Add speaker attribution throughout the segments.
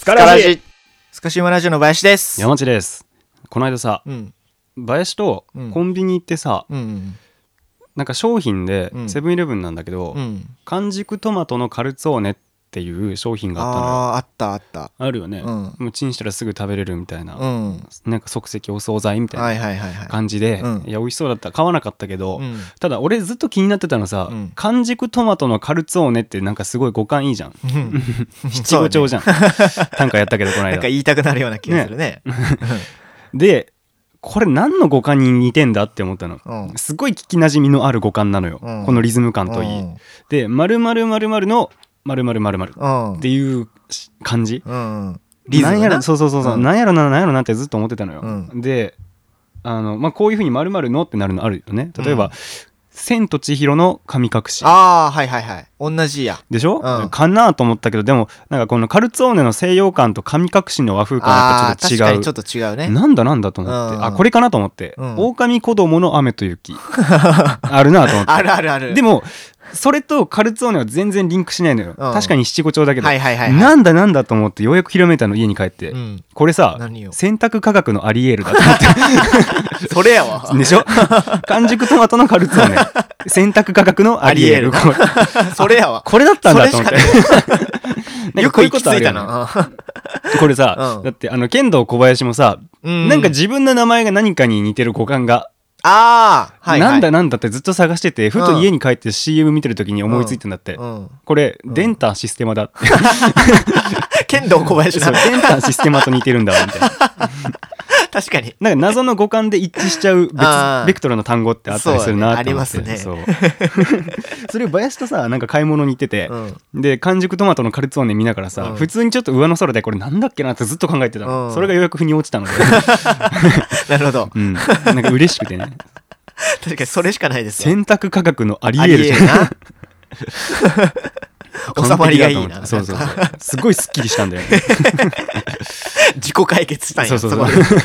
Speaker 1: カ
Speaker 2: カ
Speaker 1: ラ
Speaker 2: ラ
Speaker 1: ジ
Speaker 2: ジスカシウマラジオの林です。
Speaker 1: 山内ですこの間さ
Speaker 2: うん。
Speaker 1: 林と
Speaker 2: うん
Speaker 1: コンビニ行ってさ、
Speaker 2: うん。
Speaker 1: なんか商品で
Speaker 2: うん
Speaker 1: セブンイレブンなんだけど、
Speaker 2: うん。
Speaker 1: 完熟トマトのカルツォーネっていう商品があったのよ
Speaker 2: ああー、あったあった。
Speaker 1: あるよね、
Speaker 2: うん
Speaker 1: もうチンしたらすぐ食べれるみたいな、
Speaker 2: うん。
Speaker 1: なんか即席お惣菜みたいな
Speaker 2: はいはいはいはい。
Speaker 1: 感じで、
Speaker 2: うん
Speaker 1: いや美味しそうだった買わなかったけど、
Speaker 2: うん
Speaker 1: ただ俺ずっと気になってたのさ、
Speaker 2: うん
Speaker 1: 完熟トマトのカルツォーネってなんかすごい五感いいじ ゃん
Speaker 2: うん
Speaker 1: 七五調じゃん、短歌やったけどこ
Speaker 2: なん
Speaker 1: の
Speaker 2: か
Speaker 1: 間
Speaker 2: 言いたくなるような気がするね。
Speaker 1: でこれ何の五感に似てんだって思ったの、
Speaker 2: うん
Speaker 1: すごい聞きなじみのある五感なのよ、
Speaker 2: うん
Speaker 1: このリズム
Speaker 2: う
Speaker 1: 感
Speaker 2: ん。
Speaker 1: といい、で〇〇〇〇の〇〇〇〇
Speaker 2: うん。
Speaker 1: っていうし感じ
Speaker 2: うん。リズム。
Speaker 1: なんやろそううそうそうそう、
Speaker 2: うん
Speaker 1: なんやろななんやろなってずっと思ってたのよ、
Speaker 2: う
Speaker 1: であの、まあ、こういうふうに〇〇のってなるのあるよね例えば、
Speaker 2: うん
Speaker 1: 千と千尋の神隠し
Speaker 2: ああ、はいはいはい。同じや。
Speaker 1: でしょ、
Speaker 2: うん
Speaker 1: かなと思ったけどでもなんかこのカルツォーネの西洋感と神隠しの和風感はや
Speaker 2: あ
Speaker 1: っ
Speaker 2: あー、
Speaker 1: ぱち
Speaker 2: 確
Speaker 1: ょっと
Speaker 2: か
Speaker 1: 違う
Speaker 2: にちょっと違うね。
Speaker 1: なんだなんだと思って、
Speaker 2: うん
Speaker 1: あこれかなと思って「
Speaker 2: うん
Speaker 1: 狼子供の雨と雪」あるなと思って
Speaker 2: あるあるある。
Speaker 1: で
Speaker 2: も、
Speaker 1: もそれとカルツォーネは全然リンクしないのよ、確かに七五調だけど、
Speaker 2: はいはいはいはい。
Speaker 1: なんだなんだと思ってようやくひらめいたの家に帰って、
Speaker 2: うん。
Speaker 1: これさ
Speaker 2: 何よ
Speaker 1: 洗濯科学のアリエールだと 思っ
Speaker 2: それやわ
Speaker 1: て。でしょ完熟トマトのカルツォーネ洗濯科学のアリエール
Speaker 2: アリエ
Speaker 1: これ
Speaker 2: それやわ。
Speaker 1: これだったんだと思っ
Speaker 2: そ
Speaker 1: てなんか
Speaker 2: よ
Speaker 1: こ
Speaker 2: く
Speaker 1: ういう
Speaker 2: 行
Speaker 1: こ
Speaker 2: き
Speaker 1: とあ
Speaker 2: 着い
Speaker 1: るよ
Speaker 2: た
Speaker 1: ね
Speaker 2: な。
Speaker 1: これさ、
Speaker 2: うん
Speaker 1: だってあの剣道小林もさ、
Speaker 2: うん
Speaker 1: なんか自分の名前が何かに似てる五感が
Speaker 2: ああ、はいはい。
Speaker 1: なんだなんだってずっと探しててふ
Speaker 2: う
Speaker 1: と
Speaker 2: ん
Speaker 1: 家に帰って CM 見てる時に思いついたんだって、
Speaker 2: うん。
Speaker 1: これ、デンターシステマだって
Speaker 2: 剣道小林
Speaker 1: そ
Speaker 2: な
Speaker 1: う。デンターシステマと似てるんだわみたいな
Speaker 2: 確かに。
Speaker 1: なんか謎の五感で一致しちゃう別
Speaker 2: あー
Speaker 1: ベクトルの単語ってあったりするなって思って
Speaker 2: そうだねあります
Speaker 1: そう それを林とさなんか買い物に行ってて
Speaker 2: う、ん。
Speaker 1: で完熟トマトのカルツォーネ見ながらさ、
Speaker 2: うん
Speaker 1: 普通にちょっと上の空でこれなんだっけなってずっと考えてたの、
Speaker 2: うん
Speaker 1: それがようやく腑に落ちたので、
Speaker 2: なるほど。
Speaker 1: うん、なんか嬉しくてね
Speaker 2: 確かにそれしかないですよ。
Speaker 1: 選択科学のあり
Speaker 2: あ
Speaker 1: える
Speaker 2: り
Speaker 1: じゃ
Speaker 2: え
Speaker 1: ん
Speaker 2: るな。
Speaker 1: 完璧
Speaker 2: 収まりがいい
Speaker 1: だと思っ
Speaker 2: な。
Speaker 1: てそうそう
Speaker 2: なんか
Speaker 1: そうすごいすっきりしたんだよね
Speaker 2: 自己解決したんや。
Speaker 1: そうそう
Speaker 2: そ
Speaker 1: そう
Speaker 2: こ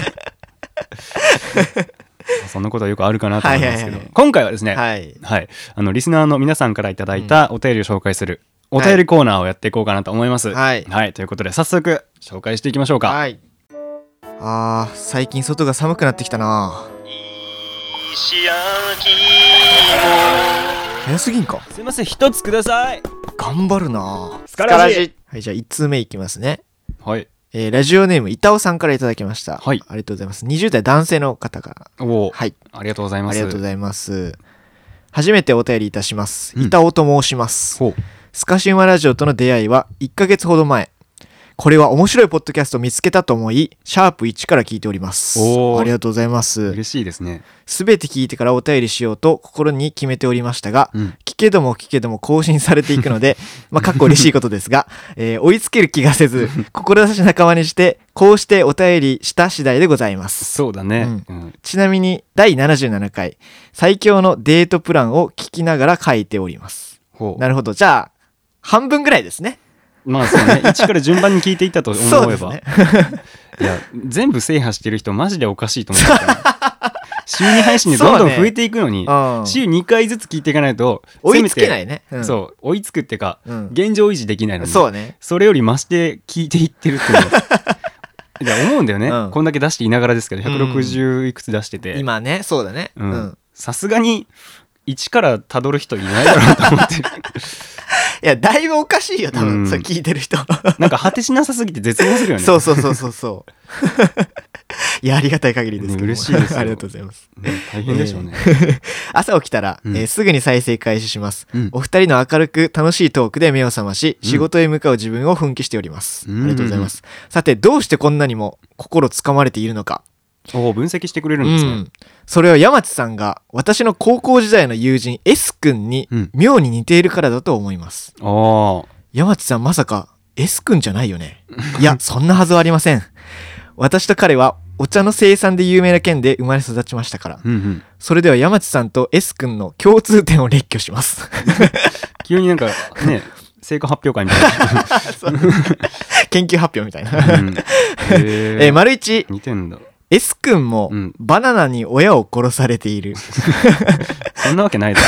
Speaker 2: で
Speaker 1: そんなことはよくあるかなと思いますけ
Speaker 2: はい
Speaker 1: ど
Speaker 2: はいはい
Speaker 1: 今回はですねはい、
Speaker 2: はい。
Speaker 1: あのリスナーの皆さんからいただいたお便りを紹介するお便りコーナーをやっていこうかなと思います
Speaker 2: はい
Speaker 1: ということで早速紹介していきましょうか、
Speaker 2: はい。あー、最近外が寒くなってきたな。早すぎんか。
Speaker 1: すいません一つください
Speaker 2: 頑張るな。
Speaker 1: スカラジ
Speaker 2: はい、じゃあ1通目いきますね。
Speaker 1: はい
Speaker 2: えー、ラジオネーム、板尾さんからいただきました。
Speaker 1: はい
Speaker 2: ありがとうございます。20代男性の方から。
Speaker 1: おお、
Speaker 2: はい。
Speaker 1: ありがとうございま
Speaker 2: あ
Speaker 1: す
Speaker 2: りがとうございます。初めてお便りいたします。
Speaker 1: うん
Speaker 2: 板尾と申します。
Speaker 1: ほう
Speaker 2: スカシウマラジオとの出会いは1ヶ月ほど前。これは面白いポッドキャストを見つけたと思い、シャープ1から聞いております。
Speaker 1: おー
Speaker 2: ありがとうございます。
Speaker 1: 嬉しいですね
Speaker 2: すべて聞いてからお便りしようと心に決めておりましたが、
Speaker 1: うん
Speaker 2: 聞けども聞けども更新されていくの で、まあ、かっこ嬉しいことですが、えー追いつける気がせ ず、志仲間にして、こうしてお便りした次第でございます。
Speaker 1: そうだね、うん
Speaker 2: ちなみに第77回最強のデートプランを聞きながら書いております。
Speaker 1: ほう
Speaker 2: なるほど。じゃあ半分ぐらいですね。
Speaker 1: まあそう ね1から順番に聞いていったと思えば
Speaker 2: そうですね。
Speaker 1: いや全部制覇してる人マジでおかしいと思ったよ 週2配信でどんどん増えていくのに、
Speaker 2: うん
Speaker 1: 週2回ずつ聞いていかないと
Speaker 2: 追いつけない
Speaker 1: ね、
Speaker 2: ね。うん
Speaker 1: そう追いつくっていうか、
Speaker 2: うん
Speaker 1: 現状維持できないのに
Speaker 2: そうね。
Speaker 1: それより増して聞いていってるっていうの がいや思うんだよね、
Speaker 2: うん
Speaker 1: こんだけ出していながらですけど160いくつ出してて
Speaker 2: 今ね、そうだね。
Speaker 1: う
Speaker 2: うんん
Speaker 1: さすがに1からたどる人いないだろうと思 って
Speaker 2: いやだいぶおかしいよ多
Speaker 1: う
Speaker 2: 分、
Speaker 1: ん
Speaker 2: それ聞いてる人。
Speaker 1: なんか果てしなさすぎて絶望するよね
Speaker 2: そうそうそうそうそう。 いやありがたい限りですけども。
Speaker 1: ね嬉しいです よ
Speaker 2: ありがとうございます。
Speaker 1: ね大変でしょうね、
Speaker 2: 朝起きたら、
Speaker 1: うん
Speaker 2: えーすぐに再生開始します、
Speaker 1: うん
Speaker 2: お二人の明るく楽しいトークで目を覚まし、
Speaker 1: うん
Speaker 2: 仕事へ向かう自分を奮起しております、
Speaker 1: うん
Speaker 2: ありがとうございますさてどうしてこんなにも心つかまれているのか、
Speaker 1: おー分析してくれるんですね、
Speaker 2: うんそれは山地さんが私の高校時代の友人 S 君に
Speaker 1: うん
Speaker 2: 妙に似ているからだと思います、
Speaker 1: ああ
Speaker 2: 山地さんまさか S 君じゃないよ ねいやそんなはずはありません私と彼はお茶の生産で有名な県で生まれ育ちましたから
Speaker 1: うんうん
Speaker 2: それでは山地さんと S 君の共通点を列挙します
Speaker 1: 急になんかね成果発表会みた
Speaker 2: 研究発表みたいな。
Speaker 1: いな、うん、へー
Speaker 2: えー丸一
Speaker 1: 似てんだ
Speaker 2: S 君も
Speaker 1: うん
Speaker 2: バナナに親を殺されている。
Speaker 1: そんなわけないだろ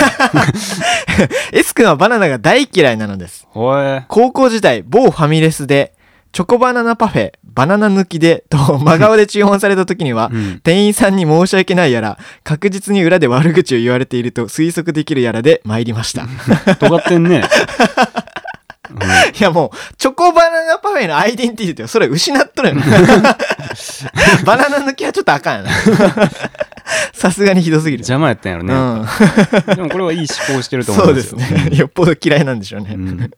Speaker 2: S 君はバナナが大嫌いなのです。
Speaker 1: ほえ
Speaker 2: 高校時代、某ファミレスでチョコバナナパフェ、バナナ抜きで、と真顔で注文された時には
Speaker 1: う、ん
Speaker 2: 店員さんに申し訳ないやら、確実に裏で悪口を言われていると推測できるやらで参りました。い
Speaker 1: 尖ってんね。うん
Speaker 2: やもう、チョコバナナパフェのアイデンティティってそれ失っと るよなバナナ抜きはちょっとあかんやな。さすがにひどすぎる。
Speaker 1: 邪魔やったんやろ
Speaker 2: う
Speaker 1: ね。
Speaker 2: ん。
Speaker 1: でもこれはいい思考してると思
Speaker 2: そううんで
Speaker 1: です
Speaker 2: す
Speaker 1: よ。
Speaker 2: ね。よっぽど嫌いなんでしょうね。
Speaker 1: うん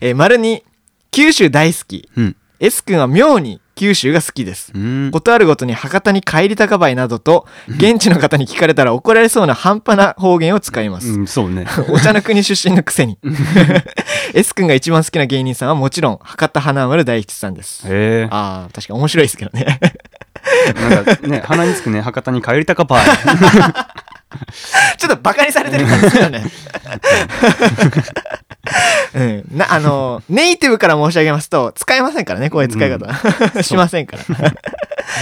Speaker 2: えー丸に九州大好き。
Speaker 1: うん
Speaker 2: S 君は妙に九州が好きです。
Speaker 1: うん。
Speaker 2: ことあるごとに博多に帰りたかばいなどと、現地の方に聞かれたら怒られそうな半端な方言を使います。
Speaker 1: うん、そうね。
Speaker 2: お茶の国出身のくせに。S 君が一番好きな芸人さんはもちろん、博多華丸大吉さんです。
Speaker 1: へえ。
Speaker 2: ああ、確かに面白いですけどね。
Speaker 1: なんかね、鼻につくね、博多に帰りたかばい。
Speaker 2: ちょっとバカにされてる感じだよね。 うん、なあのネイティブから申し上げますと使えませんからねこういう使い方、 しませんから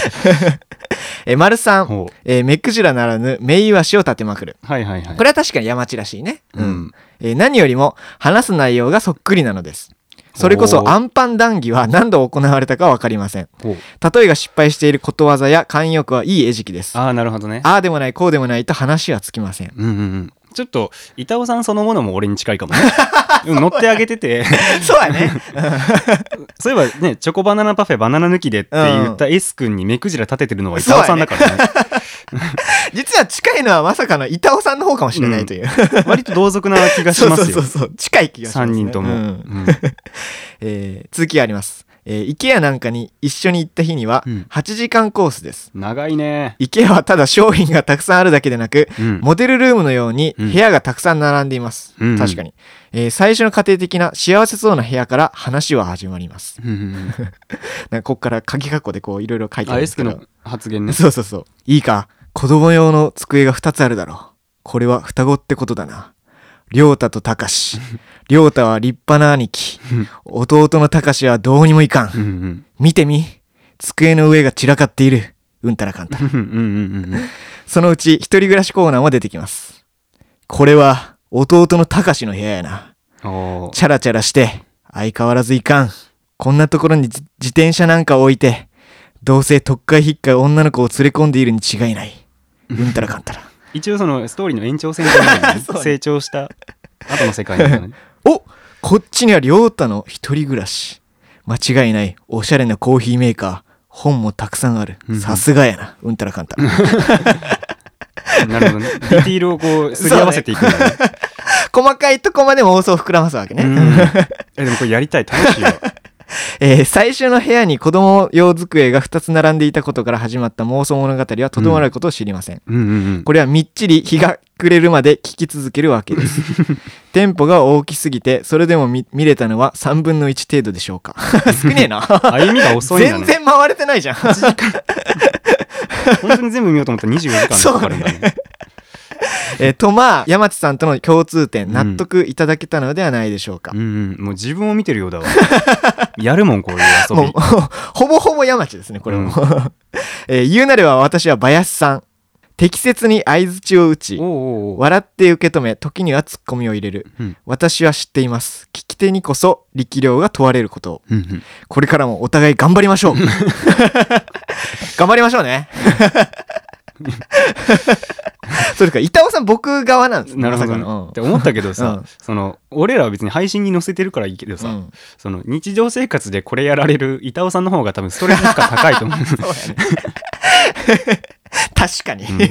Speaker 2: え丸さん、
Speaker 1: ほう
Speaker 2: えー目くじらならぬ目イワシを立てまくる
Speaker 1: はいはいはい
Speaker 2: こ。れは確かに山地らしいね、
Speaker 1: うん
Speaker 2: えー何よりも話す内容がそっくりなのですそれこ
Speaker 1: お
Speaker 2: そ
Speaker 1: ー
Speaker 2: アンパン談義は何度行われたかは分かりません
Speaker 1: ほう
Speaker 2: 例えが失敗していることわざや慣用句はいい餌食ですあ
Speaker 1: ああ、なるほどね。
Speaker 2: あでもないこうでもないと話はつきません
Speaker 1: うんうんうん。ちょっと、板尾さんそのものも俺に近い かもね。うん乗ってあげてて、
Speaker 2: そうやね。
Speaker 1: そういえばね、チョコバナナパフェバナナ抜きでって言った S 君に目くじら立ててるのは板尾さんだからね。
Speaker 2: 実は近いのはまさかの板尾さんの方かもしれないという。
Speaker 1: 割と同族な気がし
Speaker 2: そう
Speaker 1: ま
Speaker 2: そう
Speaker 1: す
Speaker 2: そ
Speaker 1: よ
Speaker 2: う。そう。近い気がします、
Speaker 1: 3
Speaker 2: ね。
Speaker 1: 人とも。
Speaker 2: う
Speaker 1: うんん
Speaker 2: えー続きがあります。えー、IKEA なんかに一緒に行った日には
Speaker 1: うん
Speaker 2: 8時間コースです。
Speaker 1: 長いね。
Speaker 2: IKEA はただ商品がたくさんあるだけでなく、
Speaker 1: うん
Speaker 2: モデルルームのように
Speaker 1: う
Speaker 2: 部
Speaker 1: ん
Speaker 2: 屋がたくさん並んでいます。
Speaker 1: うんうん
Speaker 2: 確かに、えー最初の家庭的な幸せそうな部屋から話は始まります。
Speaker 1: うんうん
Speaker 2: なんかここから鍵括弧でこういろいろ書いてあ
Speaker 1: あ、
Speaker 2: るんで
Speaker 1: S
Speaker 2: すけ
Speaker 1: 君
Speaker 2: ど。
Speaker 1: の発言 ね。
Speaker 2: そうそうそう。いいか。子供用の机が2つあるだろう。これは双子ってことだな。りょうたとたかし。りょうたは立派な兄貴。弟のたかしはどうにもいか
Speaker 1: うん
Speaker 2: ん。
Speaker 1: うん
Speaker 2: 見てみ。机の上が散らかっている。うんたらかんたら。
Speaker 1: うんうんうんうん
Speaker 2: そのうち一人暮らしコーナーも出てきます。これは弟のたかしの部屋やな。
Speaker 1: おー
Speaker 2: チャラチャラして、相変わらずいかん。こんなところに自自転車なんか置いて、どうせ特会引っかい女の子を連れ込んでいるに違いない。うんたらかんたら。
Speaker 1: 一応そのストーリーの延長線上みたいな ね
Speaker 2: そうね
Speaker 1: 成長した後の世界みたい なね。
Speaker 2: おこっちにはりょうたの一人暮らし。間違いない。おしゃれなコーヒーメーカー。本もたくさんある
Speaker 1: う。ん
Speaker 2: さすがやな。うんたらかんたら。
Speaker 1: なるほどね。ディティールをこうすり合わせていくんだね。
Speaker 2: 細かいとこまで妄想を膨らますわけ ね。
Speaker 1: うんえでもこれやりたい 楽しいよ。
Speaker 2: えー最初の部屋に子供用机が2つ並んでいたことから始まった妄想物語はとどまることを知りません。
Speaker 1: うんうんうん
Speaker 2: これはみっちり日が暮れるまで聞き続けるわけ です。店舗が大きすぎて、それでも見見れたのは3分の1程度でしょうか。 少ねえな。
Speaker 1: 歩みが遅いんだ
Speaker 2: 全
Speaker 1: ね。
Speaker 2: 然回れて ないじゃん。
Speaker 1: 本当に全部見ようと思ったら24時間かかるんだね。
Speaker 2: えーとまあ、山地さんとの共通点、
Speaker 1: ん
Speaker 2: 納得いただけたのではないでしょうか
Speaker 1: う。んうん。もう自分を見てるようだわ。やるもん、こういう遊
Speaker 2: もう
Speaker 1: び。、
Speaker 2: ほぼほぼ山地ですね、これも。 えー言うなれば私は林さん。適切に相槌を打ち、
Speaker 1: おうおうおう
Speaker 2: 笑って受け止め、時にはツッコミを入れる。
Speaker 1: うん
Speaker 2: 私は知っています。聞き手にこそ力量が問われることを。
Speaker 1: うんうん
Speaker 2: これからもお互い頑張りましょう。 頑張りましょうね。 そうですか、板尾さん僕側なんですね
Speaker 1: なるほど
Speaker 2: まさか
Speaker 1: ね。
Speaker 2: の
Speaker 1: って思ったけどさ、
Speaker 2: うん
Speaker 1: その俺らは別に配信に載せてるからいいけどさ、
Speaker 2: うん
Speaker 1: その日常生活でこれやられる板尾さんの方が多分ストレス負荷高い と思う。
Speaker 2: 確かに、
Speaker 1: ん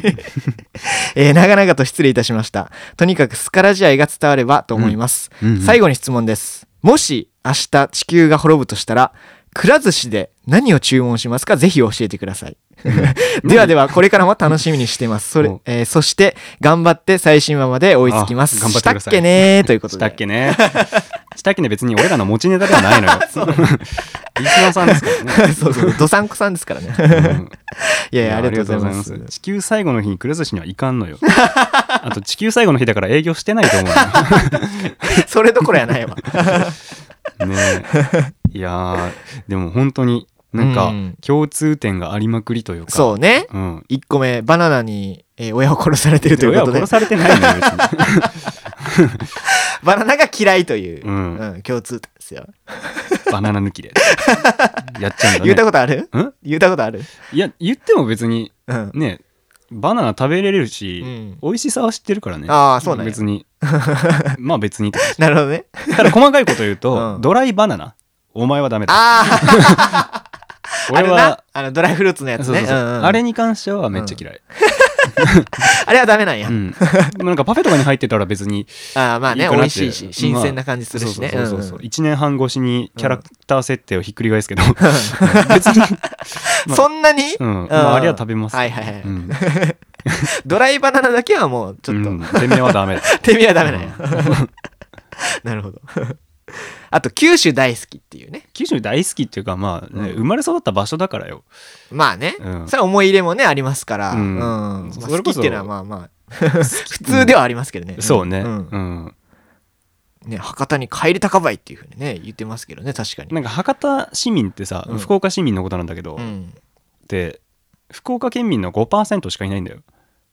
Speaker 2: えー長々と失礼いたしました。とにかくスカラ試合が伝わればと思います。
Speaker 1: うんうん
Speaker 2: 最後に質問です。もし明日地球が滅ぶとしたら、くら寿司で何を注文しますかぜひ教えてください。 ではでは、これからも楽しみにしています。それ
Speaker 1: お、
Speaker 2: えーそして、頑張って最新話まで追いつきます。
Speaker 1: あ頑張ってくだ
Speaker 2: した
Speaker 1: さ
Speaker 2: っ
Speaker 1: い
Speaker 2: けねーということ
Speaker 1: し
Speaker 2: で。
Speaker 1: たっけね。 したっけね別に俺らの持ちネタではないの よ。 リスナーさんですからね。
Speaker 2: そうそう、どさんこさんですからね。
Speaker 1: うん
Speaker 2: いやいや、ありがとうございます。
Speaker 1: ありがとうござい地球最後の日にくら寿司には行かんのよ。あと地球最後の日だから営業してないと思
Speaker 2: それどころやない わ。
Speaker 1: うのよ。ねえいやーでも本当になん
Speaker 2: う
Speaker 1: か
Speaker 2: ん
Speaker 1: 共通点がありまくりというか。
Speaker 2: そうね。
Speaker 1: うん。
Speaker 2: 1個目、バナナに、えー親を殺されてるという
Speaker 1: 親
Speaker 2: こと
Speaker 1: は
Speaker 2: で
Speaker 1: 殺。されてないのよ別に
Speaker 2: バナナが嫌いという、
Speaker 1: う
Speaker 2: うん
Speaker 1: ん、
Speaker 2: 共通点ですよ。
Speaker 1: バナナ抜きでやっちゃうんだね
Speaker 2: 言ったことある
Speaker 1: ん
Speaker 2: 言ったことある
Speaker 1: いや言っても別に
Speaker 2: うん。
Speaker 1: ねバナナ食べれるし、
Speaker 2: うん
Speaker 1: 美味しさは知ってるからね
Speaker 2: ああ、そうなんや。
Speaker 1: 別にまあ別にって感じ
Speaker 2: なるほどね。
Speaker 1: ただ細かいこと言うと、
Speaker 2: うん
Speaker 1: ドライバナナお前はダメだ
Speaker 2: ああ、あ
Speaker 1: 俺
Speaker 2: れな
Speaker 1: は。
Speaker 2: あの、ドライフルーツのや
Speaker 1: そう
Speaker 2: つ
Speaker 1: そう
Speaker 2: ね。
Speaker 1: そう
Speaker 2: うんうん
Speaker 1: あれに関してはめっちゃ嫌い、
Speaker 2: あれはダメなんや
Speaker 1: うん。なんかパフェとかに入ってたら別に
Speaker 2: ああ、まあ
Speaker 1: いい
Speaker 2: ね、
Speaker 1: か
Speaker 2: 美
Speaker 1: なって
Speaker 2: 味しいし、新鮮な感じするしね。
Speaker 1: そうそうそうそう
Speaker 2: うんうん
Speaker 1: 1年半越しにキャラクター設定をひっくり返すけど、別 に、まあ
Speaker 2: そんなに
Speaker 1: うん
Speaker 2: うん
Speaker 1: まあ、あれは食べます、
Speaker 2: はいはいはい
Speaker 1: うん
Speaker 2: ドライバナナだけはもう、ちょっ
Speaker 1: う
Speaker 2: と、
Speaker 1: んてめえはダメだ
Speaker 2: 手身は ダメなんや。なるほど。 あと、九州大好きっていうね。
Speaker 1: 九州大好きっていうかまあ、ね
Speaker 2: うん
Speaker 1: 生まれ育った場所だからよ
Speaker 2: まあね、
Speaker 1: うん
Speaker 2: それは思い入れもねありますから、う
Speaker 1: うんん
Speaker 2: まあ
Speaker 1: そ
Speaker 2: 好
Speaker 1: れ
Speaker 2: き
Speaker 1: こ
Speaker 2: っ
Speaker 1: そ
Speaker 2: ていうのはまあまあ 普通ではありますけどね、
Speaker 1: そうね、
Speaker 2: う
Speaker 1: うんん
Speaker 2: ね博多に帰り高ばいっていうふうにね言ってますけどね確かに
Speaker 1: なんか博多市民ってさ、
Speaker 2: うん
Speaker 1: 福岡市民のことなんだけど、
Speaker 2: うん
Speaker 1: って福岡県民の5%しかいないんだよ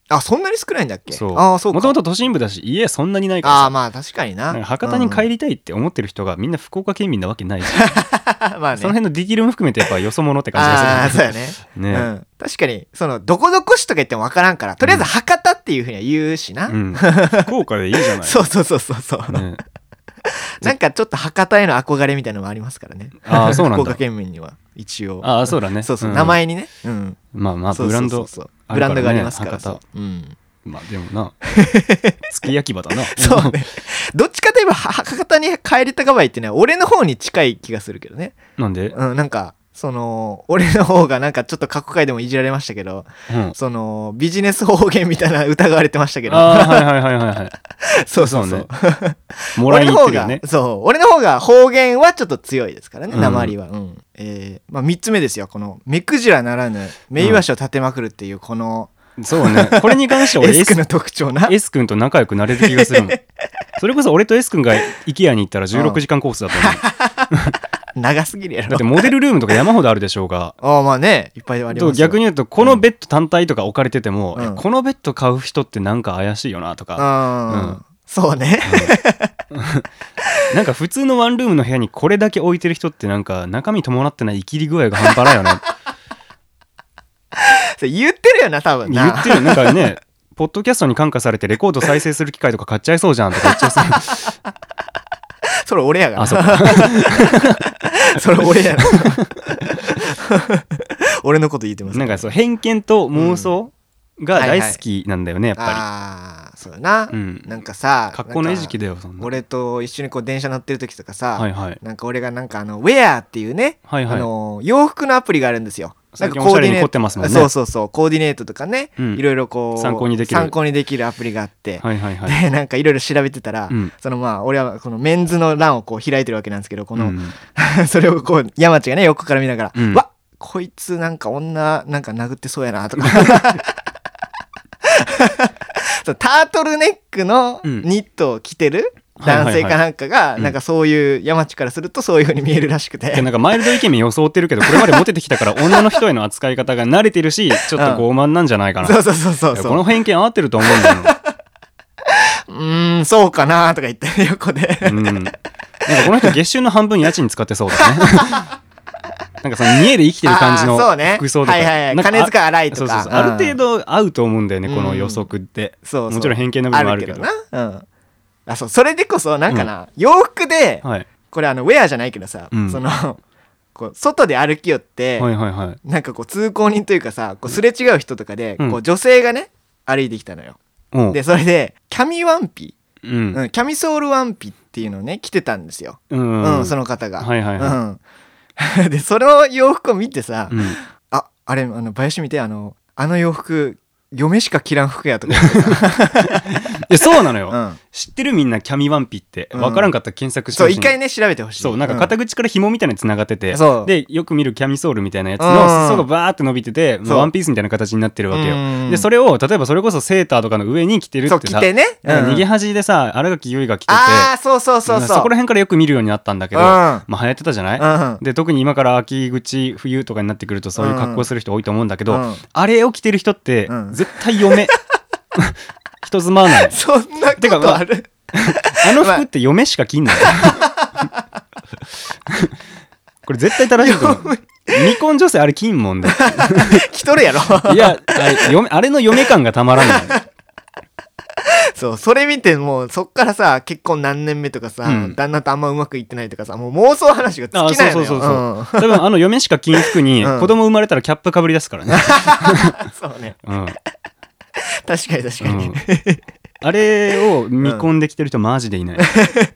Speaker 2: あそんなに少ないんだっけ
Speaker 1: そう
Speaker 2: ああそうか
Speaker 1: もともと都心部だし家そんなにないから
Speaker 2: あ
Speaker 1: さ
Speaker 2: あまあ確かにな
Speaker 1: なんか博多に帰
Speaker 2: り、
Speaker 1: りたいって思ってる人がみんな福岡県民なわけないし、
Speaker 2: うんまあね
Speaker 1: その辺のディティールも含めてやっぱよそ者って感じ
Speaker 2: ああ
Speaker 1: が
Speaker 2: ー
Speaker 1: す
Speaker 2: そう
Speaker 1: る
Speaker 2: やね
Speaker 1: ね
Speaker 2: う
Speaker 1: ね、
Speaker 2: ん、確かにそのどこどこ市とか言っても分からんからとりあえず博多っていうふうには言うしな、
Speaker 1: うん 福岡でいいじゃない
Speaker 2: そうそうそうそうそう、
Speaker 1: ね、
Speaker 2: なんかちょっと博多への憧れみたいなのもありますからね
Speaker 1: あーそうなんだ
Speaker 2: 福岡県民には一応
Speaker 1: ああそうだね
Speaker 2: そうそう、
Speaker 1: ん
Speaker 2: 名前にね、うん、
Speaker 1: まあまあ
Speaker 2: そう
Speaker 1: ブ
Speaker 2: そ
Speaker 1: ラ
Speaker 2: う
Speaker 1: ン
Speaker 2: そ
Speaker 1: ド
Speaker 2: うそう
Speaker 1: あ
Speaker 2: ブラ
Speaker 1: るからね
Speaker 2: ンドがありますから
Speaker 1: 博多
Speaker 2: そう,、うん、
Speaker 1: まあでも な月焼き場だな
Speaker 2: そうねどっちかといえばは博多に帰りたがばいっていうのは俺の方に近い気がするけどね、
Speaker 1: なんで、
Speaker 2: うん、なんかその俺の方がなんかちょっと過去回でもいじられましたけど
Speaker 1: うん、
Speaker 2: そのビジネス方言みたいな疑われてましたけど
Speaker 1: ああはいはいはいはいはい
Speaker 2: そうそうそう
Speaker 1: もらい
Speaker 2: 俺
Speaker 1: に
Speaker 2: の方
Speaker 1: 行ってるよ
Speaker 2: が、
Speaker 1: ね
Speaker 2: そう俺の方が方言はちょっと強いですからね
Speaker 1: うん
Speaker 2: 鉛は、うんえーまあ、3つ目ですよこの目くじらならぬ目イワシを立てまくるっていうこの
Speaker 1: そうねこれに関しては
Speaker 2: エ
Speaker 1: 俺
Speaker 2: ス
Speaker 1: S,
Speaker 2: クの特徴な
Speaker 1: S 君と仲良くなれる気がす るもんそれこそ俺と S 君が IKEA に行ったら16時間コースだったのに
Speaker 2: 長すぎるや
Speaker 1: だ
Speaker 2: ろ
Speaker 1: ってモデルルームとか山ほどあるでしょうが
Speaker 2: ああまあねいっぱいありますよ
Speaker 1: 逆に言うとこのベッド単体とか置かれてても、
Speaker 2: うん
Speaker 1: いやこのベッド買う人ってなんか怪しいよなと
Speaker 2: う
Speaker 1: か、
Speaker 2: ん、
Speaker 1: うん
Speaker 2: そうね
Speaker 1: なんか普通のワンルームの部屋にこれだけ置いてる人ってなんか中身伴ってない生きり具合が半端ないよな
Speaker 2: それ言ってるよな多分
Speaker 1: 言
Speaker 2: な
Speaker 1: ってるよなんかねポッドキャストに感化されてレコード再生する機械とか買っちゃいそうじゃんとか言っちゃいそう
Speaker 2: それ俺 やが
Speaker 1: あ
Speaker 2: ら
Speaker 1: そうか
Speaker 2: それ俺 やな 俺のこと言ってます
Speaker 1: なんかそう偏見と妄想が大好きなんだよね、やっぱ
Speaker 2: ああそうだな、
Speaker 1: り、うん
Speaker 2: なんかさ
Speaker 1: 格好の餌食
Speaker 2: で
Speaker 1: だよそんな
Speaker 2: 俺と一緒にこう電車乗ってる時とかさ、
Speaker 1: はいはい
Speaker 2: なんか俺がなんかあのウェアっていうね、
Speaker 1: はいはい
Speaker 2: あの洋服のアプリがあるんですよ。なん
Speaker 1: 最
Speaker 2: か
Speaker 1: 近
Speaker 2: コーディ
Speaker 1: おしゃれに
Speaker 2: ネ
Speaker 1: 凝
Speaker 2: ー
Speaker 1: って
Speaker 2: ト、
Speaker 1: ますもんね
Speaker 2: そうそうそうコーディネートとかね、
Speaker 1: うん
Speaker 2: いろいろこう
Speaker 1: 参考にできる
Speaker 2: 参考にできるアプリがあって、
Speaker 1: はいはいはい、
Speaker 2: でなんかいろいろ調べてたら、
Speaker 1: うん
Speaker 2: そのまあ俺はこのメンズの欄をこう開いてるわけなんですけどこの、
Speaker 1: うん
Speaker 2: それをこう山地がね横から見ながら、
Speaker 1: うん
Speaker 2: わっこいつなんか女なんか殴ってそうやなと かそうタートルネックの
Speaker 1: うん
Speaker 2: ニットを着てる
Speaker 1: はいはい
Speaker 2: 男
Speaker 1: はい
Speaker 2: 性かなんかが、
Speaker 1: うん
Speaker 2: なんかそういう山地からするとそういうふうに見えるらしくて、
Speaker 1: いやなんかマイルドイケメン装ってるけどこれまでモテてきたから 女の人への扱い方が慣れてるしちょっと傲慢なんじゃないかな、
Speaker 2: そうそうそうそう
Speaker 1: いや
Speaker 2: そ
Speaker 1: こ
Speaker 2: う
Speaker 1: の偏見合ってると思うんだよ、
Speaker 2: うーんそうかなとか言って横で
Speaker 1: うん、なんかこの人月収の半分家賃使ってそうだね なんかその見えで生きてる感じの
Speaker 2: あーそうね
Speaker 1: 服装とか,、
Speaker 2: はいはいはい
Speaker 1: なんかあ
Speaker 2: 金遣い荒いとか
Speaker 1: そうそうそう
Speaker 2: うん
Speaker 1: ある程度合うと思うんだよねこの予測って、
Speaker 2: そうそう
Speaker 1: もちろん偏見の部分もあるけど
Speaker 2: あな、うん、あそうそれでこそなんかな、洋服で、
Speaker 1: はい、
Speaker 2: これあのウェアじゃないけどさ、
Speaker 1: うん
Speaker 2: そのこう外で歩きよって、
Speaker 1: はいはいはい
Speaker 2: なんかこう通行人というかさこうすれ違う人とかで、
Speaker 1: うん
Speaker 2: こう女性がね歩いてきたのよ、
Speaker 1: うん
Speaker 2: でそれでキャミワンピ、
Speaker 1: う
Speaker 2: うんん、キャミソールワンピっていうのをね着てたんですよ、
Speaker 1: う
Speaker 2: うんん
Speaker 1: うん
Speaker 2: その方が、
Speaker 1: はいはい
Speaker 2: うん、 でその洋服を見てさ、
Speaker 1: うん
Speaker 2: ああれあの林見てあのあの洋服嫁しか着らん服やとか思って
Speaker 1: いやそうなのよ、
Speaker 2: さ、うん、
Speaker 1: 知ってるみんなキャミワンピって
Speaker 2: うん
Speaker 1: 分からんかったら検索して
Speaker 2: そ
Speaker 1: ほ
Speaker 2: う
Speaker 1: しい
Speaker 2: 一
Speaker 1: の、
Speaker 2: 回ね調べてほしい
Speaker 1: そうなんか肩口から紐みたいなのつながってて、
Speaker 2: そう
Speaker 1: でよく見るキャミソールみたいなやつ
Speaker 2: うん
Speaker 1: の裾がバーって伸びてて、
Speaker 2: そう
Speaker 1: ワンピースみたいな形になってるわけよ、
Speaker 2: うん
Speaker 1: でそれを例えばそれこそセーターとかの上に着てる
Speaker 2: うん
Speaker 1: っ
Speaker 2: そう
Speaker 1: て
Speaker 2: 着
Speaker 1: さ
Speaker 2: てね、うん
Speaker 1: なんか逃げ恥でさ荒垣結衣が着てて
Speaker 2: ああそうそうそう
Speaker 1: な
Speaker 2: そ
Speaker 1: ん
Speaker 2: う
Speaker 1: かこら辺からよく見るようになったんだけど、
Speaker 2: うん
Speaker 1: まあ流行ってたじゃない、
Speaker 2: うん
Speaker 1: で特に今から秋口冬とかになってくるとそういう格好する人多いと思うんだけど、
Speaker 2: うん
Speaker 1: あれを着てる人って
Speaker 2: うん
Speaker 1: 絶対嫁人妻なの
Speaker 2: そんなこ
Speaker 1: てかま
Speaker 2: と
Speaker 1: あ
Speaker 2: ある
Speaker 1: あの服って嫁しか 着んない。これ絶対正しいと思う。未婚女性あれ着んもんだって。
Speaker 2: 着とるやろ。
Speaker 1: いや、あれ嫁あれの嫁感がたま らない。
Speaker 2: そう、それ見てもうそっからさ、結婚何年目とかさ、
Speaker 1: うん
Speaker 2: 旦那とあんまうまくいってないとかさ、もう妄想話が尽きないのよ。
Speaker 1: あそうそうそう
Speaker 2: うん
Speaker 1: 多分あの嫁しか着ん服に
Speaker 2: うん
Speaker 1: 子供生まれたらキャップかぶり出すからね。
Speaker 2: そうね。
Speaker 1: うん
Speaker 2: 確かに確かに。
Speaker 1: うん あれを見込んできてる人マジで いない。しか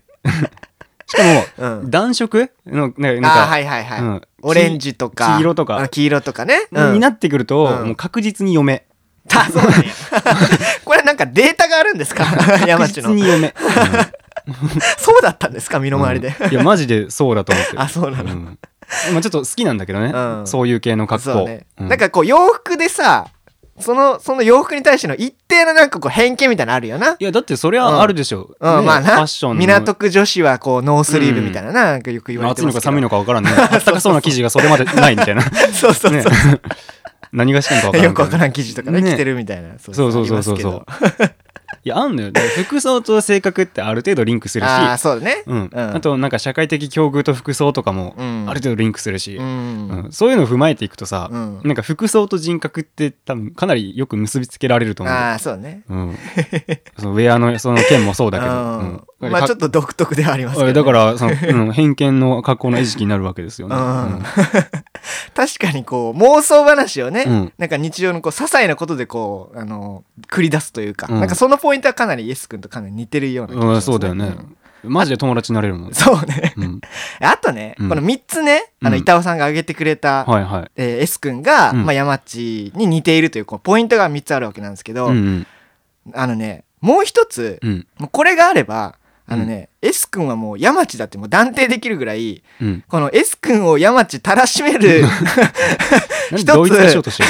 Speaker 2: う
Speaker 1: も、
Speaker 2: ん
Speaker 1: 暖色の、
Speaker 2: ああ
Speaker 1: ね、
Speaker 2: ー、
Speaker 1: なんか、
Speaker 2: はいはいはい、
Speaker 1: うん
Speaker 2: オレンジとか。
Speaker 1: 黄色とか
Speaker 2: あ黄色とかね。
Speaker 1: になってくると、
Speaker 2: うん
Speaker 1: もう確実に嫁。
Speaker 2: た、そうなんや。 これなんかデータがあるんです か山
Speaker 1: 確
Speaker 2: 地
Speaker 1: 実
Speaker 2: の
Speaker 1: に。嫁。
Speaker 2: そうだったんですか身の回りで。
Speaker 1: うんいや、マジでそうだと思ってる。
Speaker 2: あそうなの
Speaker 1: んまあちょっと好きなんだけどね、
Speaker 2: うん
Speaker 1: そういう系の格好。
Speaker 2: そうね、
Speaker 1: うん
Speaker 2: なんかこう洋服でさ、その、その洋服に対しての一定のなんかこう偏見みたいなのあるよな。
Speaker 1: いや、だってそれはあるでしょ。
Speaker 2: うん、
Speaker 1: ね
Speaker 2: まあ
Speaker 1: ファ
Speaker 2: な
Speaker 1: ッションの
Speaker 2: 港区女子はこうノースリーブみたいなな、なんかよく言われて
Speaker 1: 暑い
Speaker 2: ま
Speaker 1: の
Speaker 2: すけど
Speaker 1: か寒いのか 分からんね。あったかそうな生地がそれまでないみたいな。
Speaker 2: そうそうそう、
Speaker 1: ね何がしてんか分か らん。
Speaker 2: よくわからん記事とかね
Speaker 1: ね
Speaker 2: 着てるみたいなそ
Speaker 1: そうそうそうそうそう。いや、あんのよ。だから服装と性格ってある程度リンクするし、
Speaker 2: ああーそうだね
Speaker 1: うんあとなんか社会的境遇と服装とかも
Speaker 2: う
Speaker 1: あ
Speaker 2: ん
Speaker 1: る程度リンクするし、
Speaker 2: う、
Speaker 1: うんんそういうのを踏まえていくとさ、
Speaker 2: うん
Speaker 1: なんか服装と人格って多分かなりよく結びつけられると思う。
Speaker 2: ああそうね
Speaker 1: うん、そのウェアのその件もそうだけど、
Speaker 2: う
Speaker 1: うんん
Speaker 2: まあちょっと独特ではありますけどね、
Speaker 1: だからその、うん偏見の格好の意識になるわけですよね。
Speaker 2: うん、 確かにこう妄想話をね、
Speaker 1: うん
Speaker 2: なんか日常のこう些細なことでこうあの繰り出すというか、
Speaker 1: うん
Speaker 2: なんかそのポイントはかなりイエス君とかなり似てるような気がし
Speaker 1: うん
Speaker 2: ます、
Speaker 1: そうだよね、マジで友達になれるもん
Speaker 2: うん。そうね
Speaker 1: うん、
Speaker 2: あとね、
Speaker 1: うん
Speaker 2: この3つねあの
Speaker 1: うん
Speaker 2: 板尾さんが挙げてくれた、
Speaker 1: はいはい。
Speaker 2: えー S 君が、
Speaker 1: うん
Speaker 2: まあ、山地に似ているというこうポイントが3つあるわけなんですけど、
Speaker 1: うんうん
Speaker 2: あのねもう一つ、
Speaker 1: うん
Speaker 2: もうこれがあればあのね、S 君はもう山地だってもう断定できるぐらい
Speaker 1: うん。
Speaker 2: この S 君を山地たらしめ る
Speaker 1: 何
Speaker 2: 一つ
Speaker 1: 同一化しようとしてる